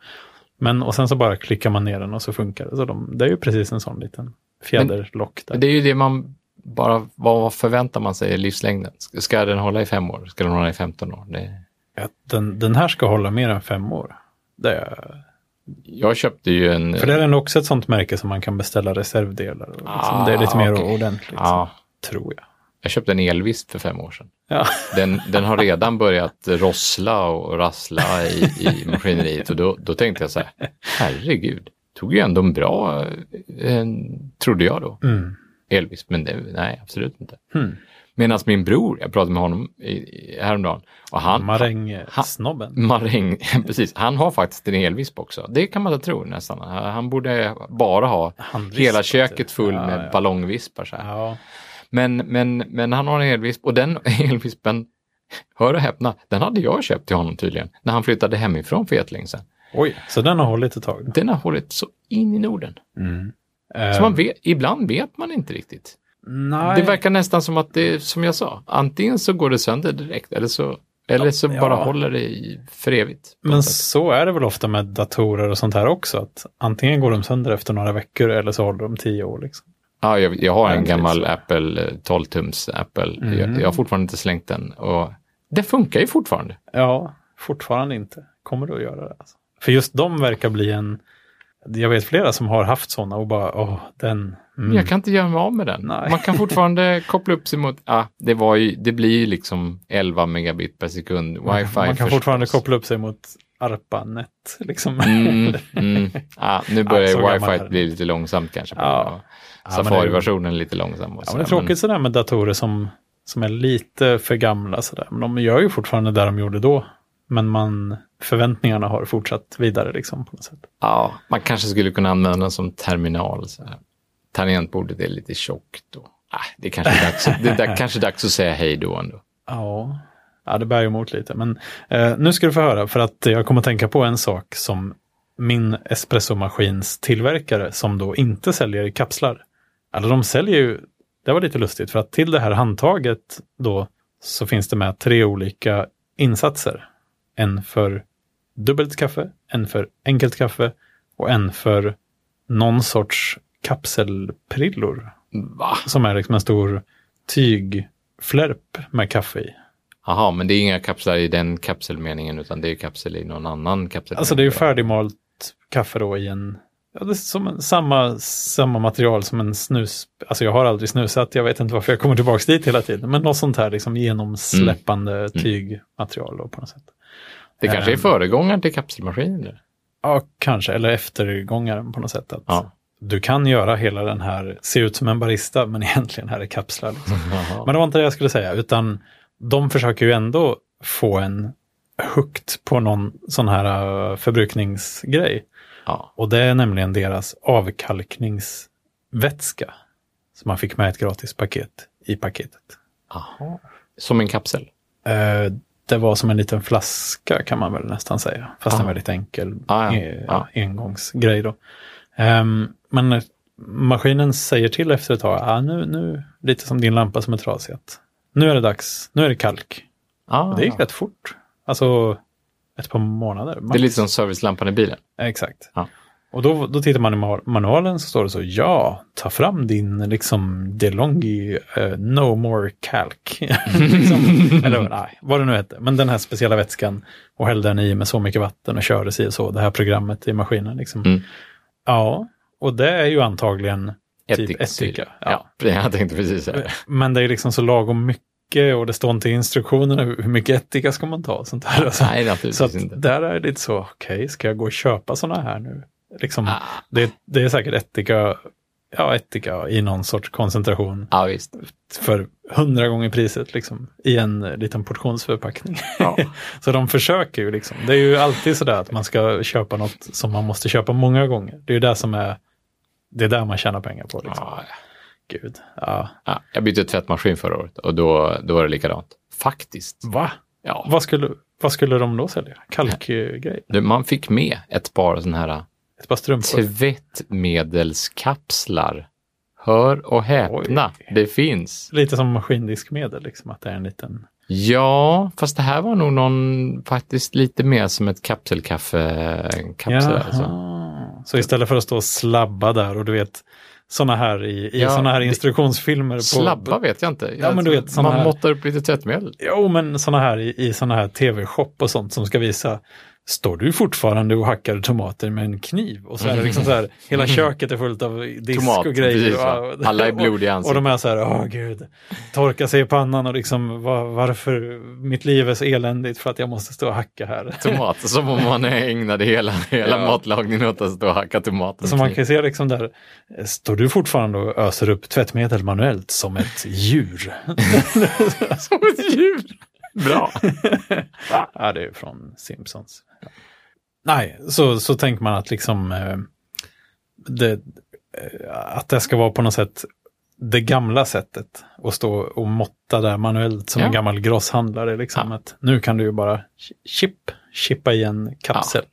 S1: Men och sen så bara klickar man ner den och så funkar det. Så de, det är ju precis en sån liten fjäderlock där.
S2: det är ju det man bara, vad förväntar man sig i livslängden? Ska- Ska den hålla i fem år? Ska den hålla i 15 år? Det,
S1: Att den, den här ska hålla mer än fem år. Det är,
S2: jag köpte ju en...
S1: för det är den också ett sånt märke som man kan beställa reservdelar. Och liksom,
S2: Ah,
S1: det är lite mer
S2: okej.
S1: ordentligt,
S2: ja,
S1: tror jag.
S2: jag köpte en elvisp för fem år sedan.
S1: Ja.
S2: Den, den har redan börjat rossla och rassla i, i maskineriet och då, då tänkte jag så här, herregud, tog ju ändå en bra, eh, trodde jag då,
S1: Mm.
S2: elvis, men det, nej, absolut inte.
S1: Hmm.
S2: Medan min bror, jag pratade med honom i, i, häromdagen, och han,
S1: Marängsnobben.
S2: maräng, precis, han har faktiskt en elvisp också. Det kan man inte tro nästan. Han borde bara ha
S1: Handvisp,
S2: hela köket
S1: typ.
S2: full
S1: Ja,
S2: med
S1: ja.
S2: ballongvispar så här.
S1: Ja.
S2: Men, men, men han har en elvisp och den elvispen, hör och häpna, den hade jag köpt till honom tydligen när han flyttade hemifrån för jättelänge sedan.
S1: Oj, så den har hållit ett tag.
S2: Den har hållit så in i Norden.
S1: Mm.
S2: Så
S1: Eh,
S2: man vet, ibland vet man inte riktigt.
S1: nej.
S2: Det verkar nästan som att det, är som jag sa, antingen så går det sönder direkt eller så, eller så
S1: Ja.
S2: bara håller det i för evigt. Alltså,
S1: Men så är det väl ofta med datorer och sånt här också. Att antingen går de sönder efter några veckor eller så håller de tio år. Liksom.
S2: Ja, jag, jag har en
S1: Egentligen
S2: gammal
S1: så.
S2: Apple, eh, 12-tums Apple. Jag,
S1: Mm.
S2: jag har fortfarande inte slängt den och det funkar ju fortfarande.
S1: Ja, fortfarande inte. Kommer du att göra det? Alltså. För just de verkar bli en... Jag vet flera som har haft sådana och bara, åh, den... Mm.
S2: Jag kan inte göra mig av med den.
S1: Nej.
S2: Man kan fortfarande koppla upp sig mot, ah, det, var ju, det blir ju liksom 11 megabit per sekund wifi.
S1: Mm, Man kan
S2: förstås.
S1: fortfarande koppla upp sig mot ARPANET. Liksom.
S2: Mm, mm. Ah, nu
S1: Ah, så
S2: börjar
S1: gammal är
S2: wifi
S1: den.
S2: bli lite långsamt kanske.
S1: Ja. Ja, men det-
S2: Safari-versionen lite långsam. Och
S1: Ja,
S2: så
S1: men det är
S2: här, men-
S1: tråkigt sådär med datorer som, som är lite för gamla. Sådär. Men de gör ju fortfarande det de gjorde då. Men man, förväntningarna har fortsatt vidare liksom på något sätt.
S2: Ja, man kanske skulle kunna använda den som terminal. Så här. Tangentbordet är lite tjockt. Och, ah, det, är kanske är dags, det är da- kanske dags att säga hej då ändå.
S1: Ja, ja det bär ju emot lite. Men eh, nu ska du få höra för att jag kommer att tänka på en sak som min espressomaskins tillverkare som då inte säljer kapslar. Eller de säljer ju, det var lite lustigt för att till det här handtaget då så finns det med tre olika insatser. En för dubbelt kaffe, en för enkelt kaffe och en för någon sorts kapselprillor
S2: Va?
S1: som är liksom en stor tygflärp med kaffe i.
S2: Jaha, men det är inga kapslar i den kapselmeningen utan det är kapsel i någon annan kapsel.
S1: Alltså det är ju färdigmalt kaffe då i en, ja det är som en, samma, samma material som en snus, alltså jag har aldrig snusat, jag vet inte varför jag kommer tillbaka dit hela tiden, men något sånt här liksom genomsläppande tygmaterial då på något sätt.
S2: Det kanske är
S1: Ehm.
S2: föregångaren till kapselmaskinen. eller?
S1: Ja, kanske, eller eftergångaren på något sätt. Att
S2: Ja.
S1: Du kan göra hela den här, se ut som en barista, men egentligen här är kapslar. Liksom.
S2: Jaha.
S1: Men det var inte det jag skulle säga, utan de försöker ju ändå få en högt på någon sån här eh, förbrukningsgrej.
S2: Ja.
S1: Och det är nämligen deras avkalkningsvätska. Som man fick med ett gratis paket i paketet.
S2: Jaha. Som en kapsel.
S1: Eh, det var som en liten flaska kan man väl nästan säga. Fast
S2: Ja.
S1: en väldigt enkel
S2: Ah. Ja, Ah. ja.
S1: eh,
S2: Ja.
S1: engångsgrej då. Ehm, men maskinen säger till efter ett tag, ah, nu, nu, lite som din lampa som är trasig, att nu är det dags, nu är det kalk.
S2: Ah,
S1: Och det gick rätt fort. Alltså ett par månader.
S2: det är
S1: max.
S2: lite som servicelampan i bilen.
S1: Exakt.
S2: Ja.
S1: Och då, då tittar man i ma- manualen så står det så, ja, ta fram din liksom DeLonghi eh, No More Calc. liksom, eller nej, vad det nu hette. Men den här speciella vätskan och häll den i med så mycket vatten och körde sig så, det här programmet i maskinen. Liksom.
S2: Mm.
S1: Ja, och det är ju antagligen typ
S2: Ättiksyra.
S1: ättika.
S2: Ja. jag tänkte precis säga det.
S1: Men det är liksom så lagom mycket och det står inte i instruktionerna hur hur mycket ättika ska man ta och sånt här. Alltså.
S2: Nej,
S1: Så att
S2: naturligtvis inte.
S1: där är det lite så, okej, ska jag gå och köpa sådana här nu? Liksom,
S2: Ah,
S1: det, det är säkert ättika, ja, ättika i någon sorts koncentration
S2: ja, visst.
S1: för hundra gånger priset liksom, i en eh, liten portionsförpackning.
S2: Ja.
S1: Så de försöker ju liksom. Det är ju alltid sådär att man ska köpa något som man måste köpa många gånger. Det är ju det som är, det är där man tjänar pengar på. Liksom.
S2: Ah,
S1: Gud, ja.
S2: ja. Jag bytte tvättmaskin förra året och då, då var det likadant. Faktiskt.
S1: Va?
S2: Ja.
S1: Vad skulle, vad skulle de då sälja? Kalkgrej?
S2: Du, Man fick med ett par sådana här
S1: Ett par strumpor?
S2: Typ. tvättmedelskapslar. Hör och häpna,
S1: Oj.
S2: det finns.
S1: Lite som maskindiskmedel, liksom, att det är en liten...
S2: Ja, fast det här var nog någon faktiskt lite mer som ett kapselkaffe-kapsel. Alltså.
S1: Jaha. Så istället för att stå och slabba där och du vet sådana här i, i
S2: Ja,
S1: såna här
S2: det-
S1: instruktionsfilmer. På,
S2: Slabba vet jag inte.
S1: Ja, men du vet, såna
S2: man
S1: här-
S2: måttar upp lite tvättmedel.
S1: Jo, men sådana här i, i såna här tv-shop och sånt som ska visa Står du fortfarande och hackar tomater med en kniv? Och så är det liksom så här, hela köket är fullt av disk
S2: Mm. Tomat,
S1: och grejer.
S2: precis,
S1: och,
S2: va? Alla är blodiga i
S1: Och
S2: ansiktet.
S1: de är så här, åh gud, torka sig i pannan och liksom, va- varför mitt liv är så eländigt för att jag måste stå och hacka här.
S2: Tomat, som om man ägnade hela, hela
S1: Ja.
S2: matlagningen åt att stå och hacka tomater.
S1: Så man kan ju se liksom där, står du fortfarande och öser upp tvättmedel manuellt som ett djur?
S2: Som ett djur. Bra.
S1: ja, det är från Simpsons. Nej, så, så tänker man att liksom eh, det, eh, att det ska vara på något sätt det gamla sättet att stå och måtta där manuellt som
S2: Ja.
S1: en gammal grosshandlare. Liksom, att nu kan du ju bara chi- chip, chippa i en kapsel.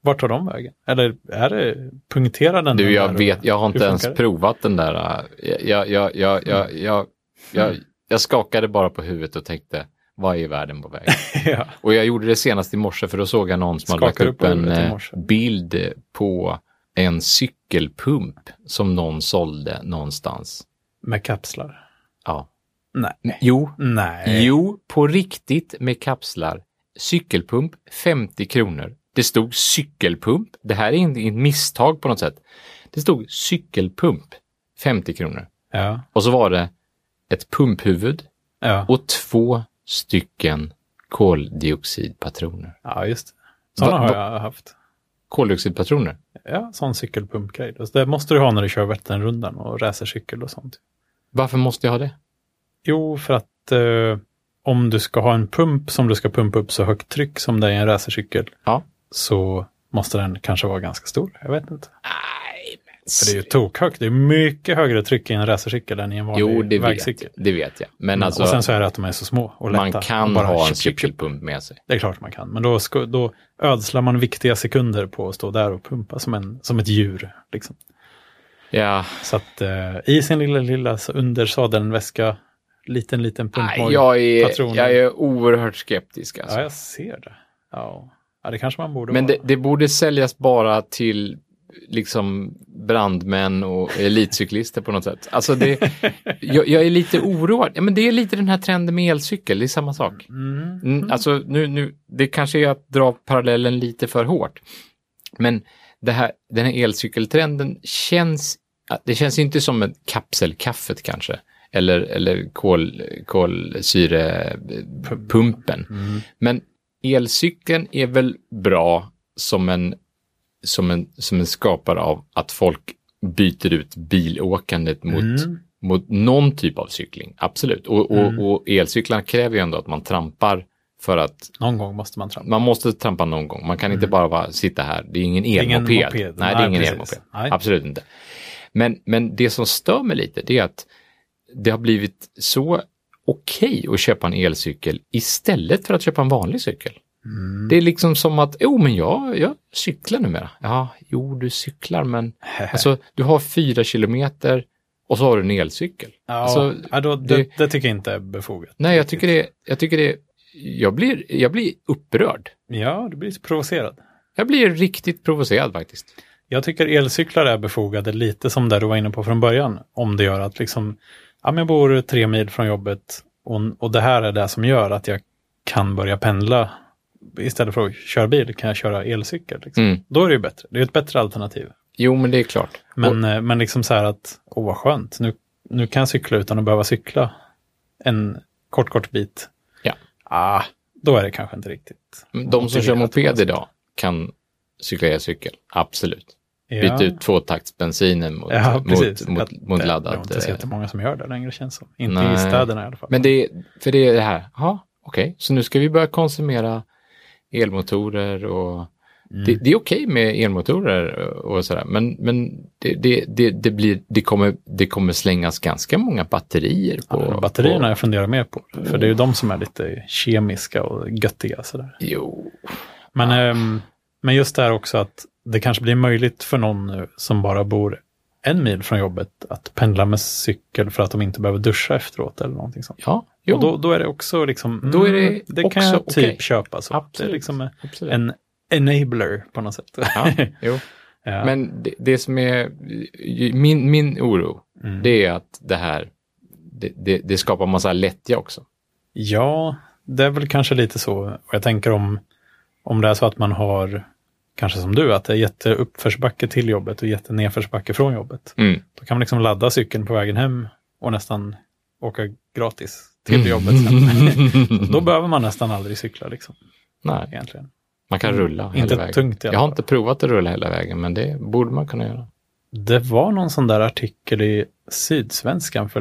S1: Vart tar de vägen? Eller är det, punktera den?
S2: Du,
S1: den
S2: jag
S1: där?
S2: vet, jag
S1: Hur
S2: har inte
S1: funkar
S2: ens
S1: det? Mm.
S2: provat den där. äh, Jag, jag, jag, jag, jag, jag, jag skakade bara på huvudet och tänkte, vad är världen på väg?
S1: ja.
S2: Och jag gjorde det senast i morse för då såg jag någon som hade lagt
S1: Skakade
S2: upp
S1: du på
S2: en
S1: huvudet i
S2: eh,
S1: morse?
S2: bild på en cykelpump som någon sålde någonstans.
S1: Med kapslar?
S2: Ja.
S1: Nej.
S2: Jo,
S1: Nej.
S2: jo, på riktigt med kapslar. Cykelpump 50 kronor. Det stod cykelpump. Det här är inte ett misstag på något sätt. Det stod cykelpump 50 kronor.
S1: Ja.
S2: Och så var det ett pumphuvud
S1: Ja.
S2: och två stycken koldioxidpatroner.
S1: ja, just det. Sådana
S2: Va-
S1: har
S2: va-
S1: jag haft.
S2: Koldioxidpatroner?
S1: Ja, sån cykelpumpgrej. då. Så Det måste du ha när du kör Vätternrundan och racercykel och sånt.
S2: Varför måste jag ha det?
S1: Jo, för att eh, om du ska ha en pump som du ska pumpa upp så högt tryck som det är i en racercykel
S2: Ja.
S1: så måste den kanske vara ganska stor. Jag vet inte.
S2: Nej, men...
S1: För det är ju tokhögt. Det är mycket högre tryck i en racercykel än i en vanlig
S2: Jo, det vet,
S1: vägcykel. Mm.
S2: det vet jag. Men alltså,
S1: och sen så är det att de är så små och lätta.
S2: man kan
S1: Och bara
S2: ha en
S1: chip, chip, chip.
S2: cykelpump med sig.
S1: Det är klart man kan, men då, ska, då ödslar man viktiga sekunder på att stå där och pumpa som, en, som ett djur. Liksom.
S2: Ja,
S1: Så att eh, i sin lilla, lilla så under sadeln väska, liten, liten
S2: nej,
S1: pumpmoj.
S2: jag, är,
S1: patroner.
S2: jag är oerhört skeptisk. Alltså.
S1: ja, jag ser det. Ja. ja, det kanske man borde
S2: Men
S1: vara.
S2: det, det borde säljas bara till liksom brandmän och elitcyklister på något sätt. Alltså det, jag, jag är lite oroad. Ja, men det är lite den här trenden med elcykel, det är samma sak.
S1: Mm.
S2: Mm, alltså nu, nu, det kanske är att dra parallellen lite för hårt. Men det här, den här elcykeltrenden känns, det känns inte som ett kapselkaffet kanske. Eller, eller kol, kolsyrepumpen.
S1: Mm.
S2: Men elcykeln är väl bra som en, som en, som en skapare av att folk byter ut bilåkandet mot
S1: Mm.
S2: mot någon typ av cykling, absolut. Och, och,
S1: Mm.
S2: och elcyklar kräver ju ändå att man trampar för att
S1: Någon gång måste man trampa.
S2: man måste trampa någon gång. Man kan inte bara, vara sitta här. Det är ingen elmoped.
S1: Mm. Ingen moped.
S2: Nej, det är
S1: Nej,
S2: ingen
S1: precis.
S2: elmoped.
S1: Nej.
S2: Absolut inte. Men, men det som stör mig lite det är att det har blivit så okej att köpa en elcykel istället för att köpa en vanlig cykel.
S1: Mm.
S2: Det är liksom som att, jo men jag, jag cyklar numera. Ja, jo du cyklar men alltså du har fyra kilometer och så har du en elcykel.
S1: ja,
S2: alltså,
S1: ja, då, det,
S2: det-
S1: det, tycker jag inte är befogat.
S2: Nej, jag tycker det, jag tycker det, jag blir, jag blir upprörd.
S1: Ja, du blir lite provocerad.
S2: Jag blir riktigt provocerad faktiskt.
S1: Jag tycker elcyklar är befogade lite som det du var inne på från början. Om det gör att liksom, ja, men jag bor tre mil från jobbet och, och det här är det som gör att jag kan börja pendla. Istället för att köra bil kan jag köra elcykel. Liksom.
S2: Mm.
S1: Då är det ju bättre. Det är ett bättre alternativ.
S2: Jo, men det är klart.
S1: Men, eh, men liksom så här att, åh vad skönt, nu, nu kan jag cykla utan att behöva cykla en kort, kort bit.
S2: Ja.
S1: Ah, då är det kanske inte riktigt.
S2: Och de som
S1: motiverat
S2: kör
S1: på något
S2: moped
S1: sätt.
S2: idag kan cykla elcykel, absolut.
S1: Ja.
S2: Byt ut tvåtaktsbensinen mot,
S1: Ja,
S2: mot,
S1: precis.
S2: mot,
S1: Att
S2: mot
S1: det- Det är
S2: laddad.
S1: inte så
S2: eh,
S1: jättemånga som gör det längre känns som. Inte
S2: Nej.
S1: i städerna i alla fall.
S2: Men det är, för det är det här, ja, okej, så nu ska vi börja konsumera elmotorer och
S1: Mm.
S2: det, det är okej med elmotorer och sådär, men, men det, det, det, det, blir, det, kommer, det kommer slängas ganska många batterier på...
S1: Ja, batterierna
S2: På,
S1: jag funderar mer på. För det är ju de som är lite kemiska och göttiga sådär.
S2: jo,
S1: Men, ehm, men just det här också att det kanske blir möjligt för någon nu som bara bor en mil från jobbet att pendla med cykel för att de inte behöver duscha efteråt eller någonting sånt.
S2: ja, jo,
S1: Och då, då är det också liksom, mm,
S2: Då är det
S1: kan
S2: också
S1: jag typ
S2: okej.
S1: köpa. Så. Det
S2: Absolut.
S1: är liksom
S2: absolut.
S1: en enabler på något sätt.
S2: Ja, jo.
S1: Ja.
S2: Men det, det som är min, min oro,
S1: Mm.
S2: det är att det här, det, det, det skapar massa lättja också.
S1: Ja, det är väl kanske lite så. Och jag tänker om, om det är så att man har, kanske som du, att det är jätteuppförsbacke till jobbet och jättenedförsbacke från jobbet.
S2: Mm.
S1: Då kan man liksom ladda cykeln på vägen hem och nästan åka gratis till
S2: Mm.
S1: jobbet sen. Då behöver man nästan aldrig cykla liksom,
S2: Nej.
S1: egentligen.
S2: Man kan rulla hela
S1: Inte
S2: vägen.
S1: tungt i alla
S2: Jag har
S1: fall.
S2: inte provat att rulla hela vägen, men det borde man kunna göra.
S1: Det var någon sån där artikel i Sydsvenskan för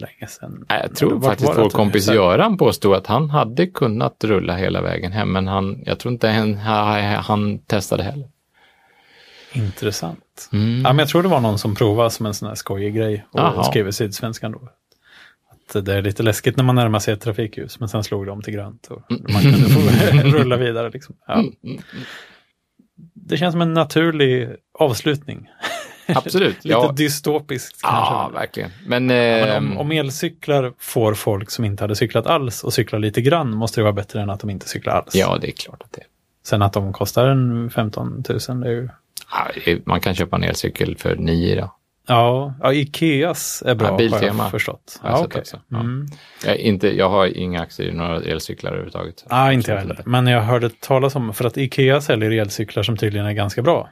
S1: länge sedan.
S2: Nej, jag
S1: Eller
S2: tror
S1: vart
S2: faktiskt
S1: var det
S2: vår
S1: att-
S2: kompis Göran påstod att han hade kunnat rulla hela vägen hem, men han, jag tror inte han, han testade heller.
S1: Intressant.
S2: Mm.
S1: Ja, men jag tror det var någon som provade som en sån här skojig grej och
S2: Jaha.
S1: skrev i Sydsvenskan då. Att det är lite läskigt när man närmar sig ett trafikljus, men sen slog de om till grönt och
S2: Mm.
S1: man kunde få rulla vidare. Liksom. Ja. Det känns som en naturlig avslutning.
S2: Absolut.
S1: Lite
S2: ja,
S1: dystopiskt kanske.
S2: ja, verkligen. Men,
S1: Men
S2: ehm,
S1: om, om elcyklar får folk som inte hade cyklat alls och cyklar lite grann måste det vara bättre än att de inte cyklar alls.
S2: ja, det är klart att det är.
S1: Sen att de kostar en 15 000, det är ju...
S2: Ja, det är- Man kan köpa en elcykel för nio idag.
S1: Ja, ja Ikeas är bra
S2: Ja,
S1: har
S2: Biltema.
S1: jag förstått.
S2: Har jag
S1: Ja,
S2: sett
S1: okej.
S2: också. Ja.
S1: Mm.
S2: Jag, är inte, jag har inga aktier i några elcyklar överhuvudtaget.
S1: Nej, Ah, inte jag heller. Men jag hörde talas om, för att Ikea säljer elcyklar som tydligen är ganska bra.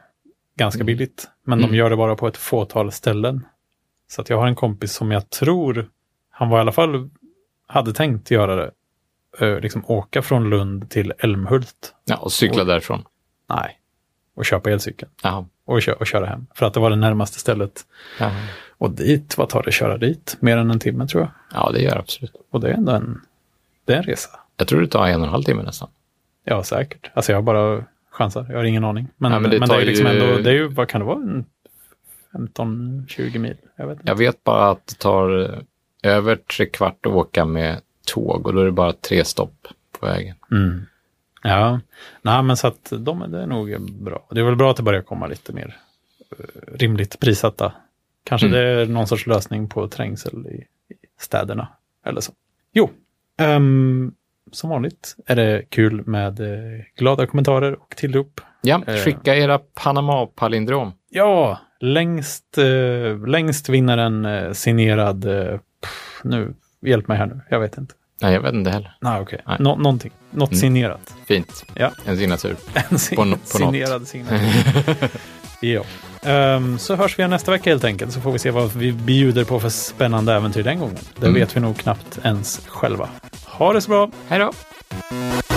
S1: Ganska billigt. Men
S2: Mm.
S1: de gör det bara på ett fåtal ställen. Så att jag har en kompis som jag tror, han var i alla fall, hade tänkt göra det. Ö, liksom åka från Lund till Älmhult.
S2: Ja, och cykla därifrån.
S1: Nej. Och köpa elcykeln.
S2: Jaha.
S1: Och, kö- och köra hem. För att det var det närmaste stället.
S2: Jaha.
S1: Och dit, vad tar det att köra dit? Mer än en timme tror jag.
S2: Ja, det gör jag absolut.
S1: Och det är ändå en, det är en resa.
S2: Jag tror det tar en och en halv timme nästan.
S1: Ja, säkert. Alltså jag bara chansar. Jag har ingen aning. Men,
S2: Ja, men
S1: men,
S2: det
S1: det,
S2: tar
S1: är liksom
S2: ju-
S1: ändå, det är ju, vad kan det vara, en 15-20 mil? Jag vet inte.
S2: Jag vet bara att det tar eh, över tre kvart att åka med tåg och då är det bara tre stopp på vägen.
S1: Mm. Ja, nej men så att de är, det är nog bra. Det är väl bra att det börjar komma lite mer eh, rimligt prissatta. Kanske
S2: Mm.
S1: det är någon sorts lösning på trängsel i, i städerna eller så. Jo, ehm, som vanligt är det kul med eh, glada kommentarer och tillrop.
S2: Ja,
S1: Eh.
S2: skicka era Panama-palindrom.
S1: Ja, längst, eh, längst vinner en eh, signerad, eh, pff, nu, hjälp mig här nu, jag vet inte.
S2: Nej, jag vet inte heller.
S1: Nej, okej.
S2: Nej.
S1: Nå- någonting, något
S2: Mm.
S1: signerat.
S2: Fint.
S1: Ja.
S2: En signatur.
S1: En sin-
S2: På no- på något.
S1: signerad signatur. ja. Ehm, så hörs vi igen nästa vecka helt enkelt, så får vi se vad vi bjuder på för spännande äventyr den gången. Det
S2: Mm.
S1: vet vi nog knappt ens själva. Ha det så bra!
S2: Hej då!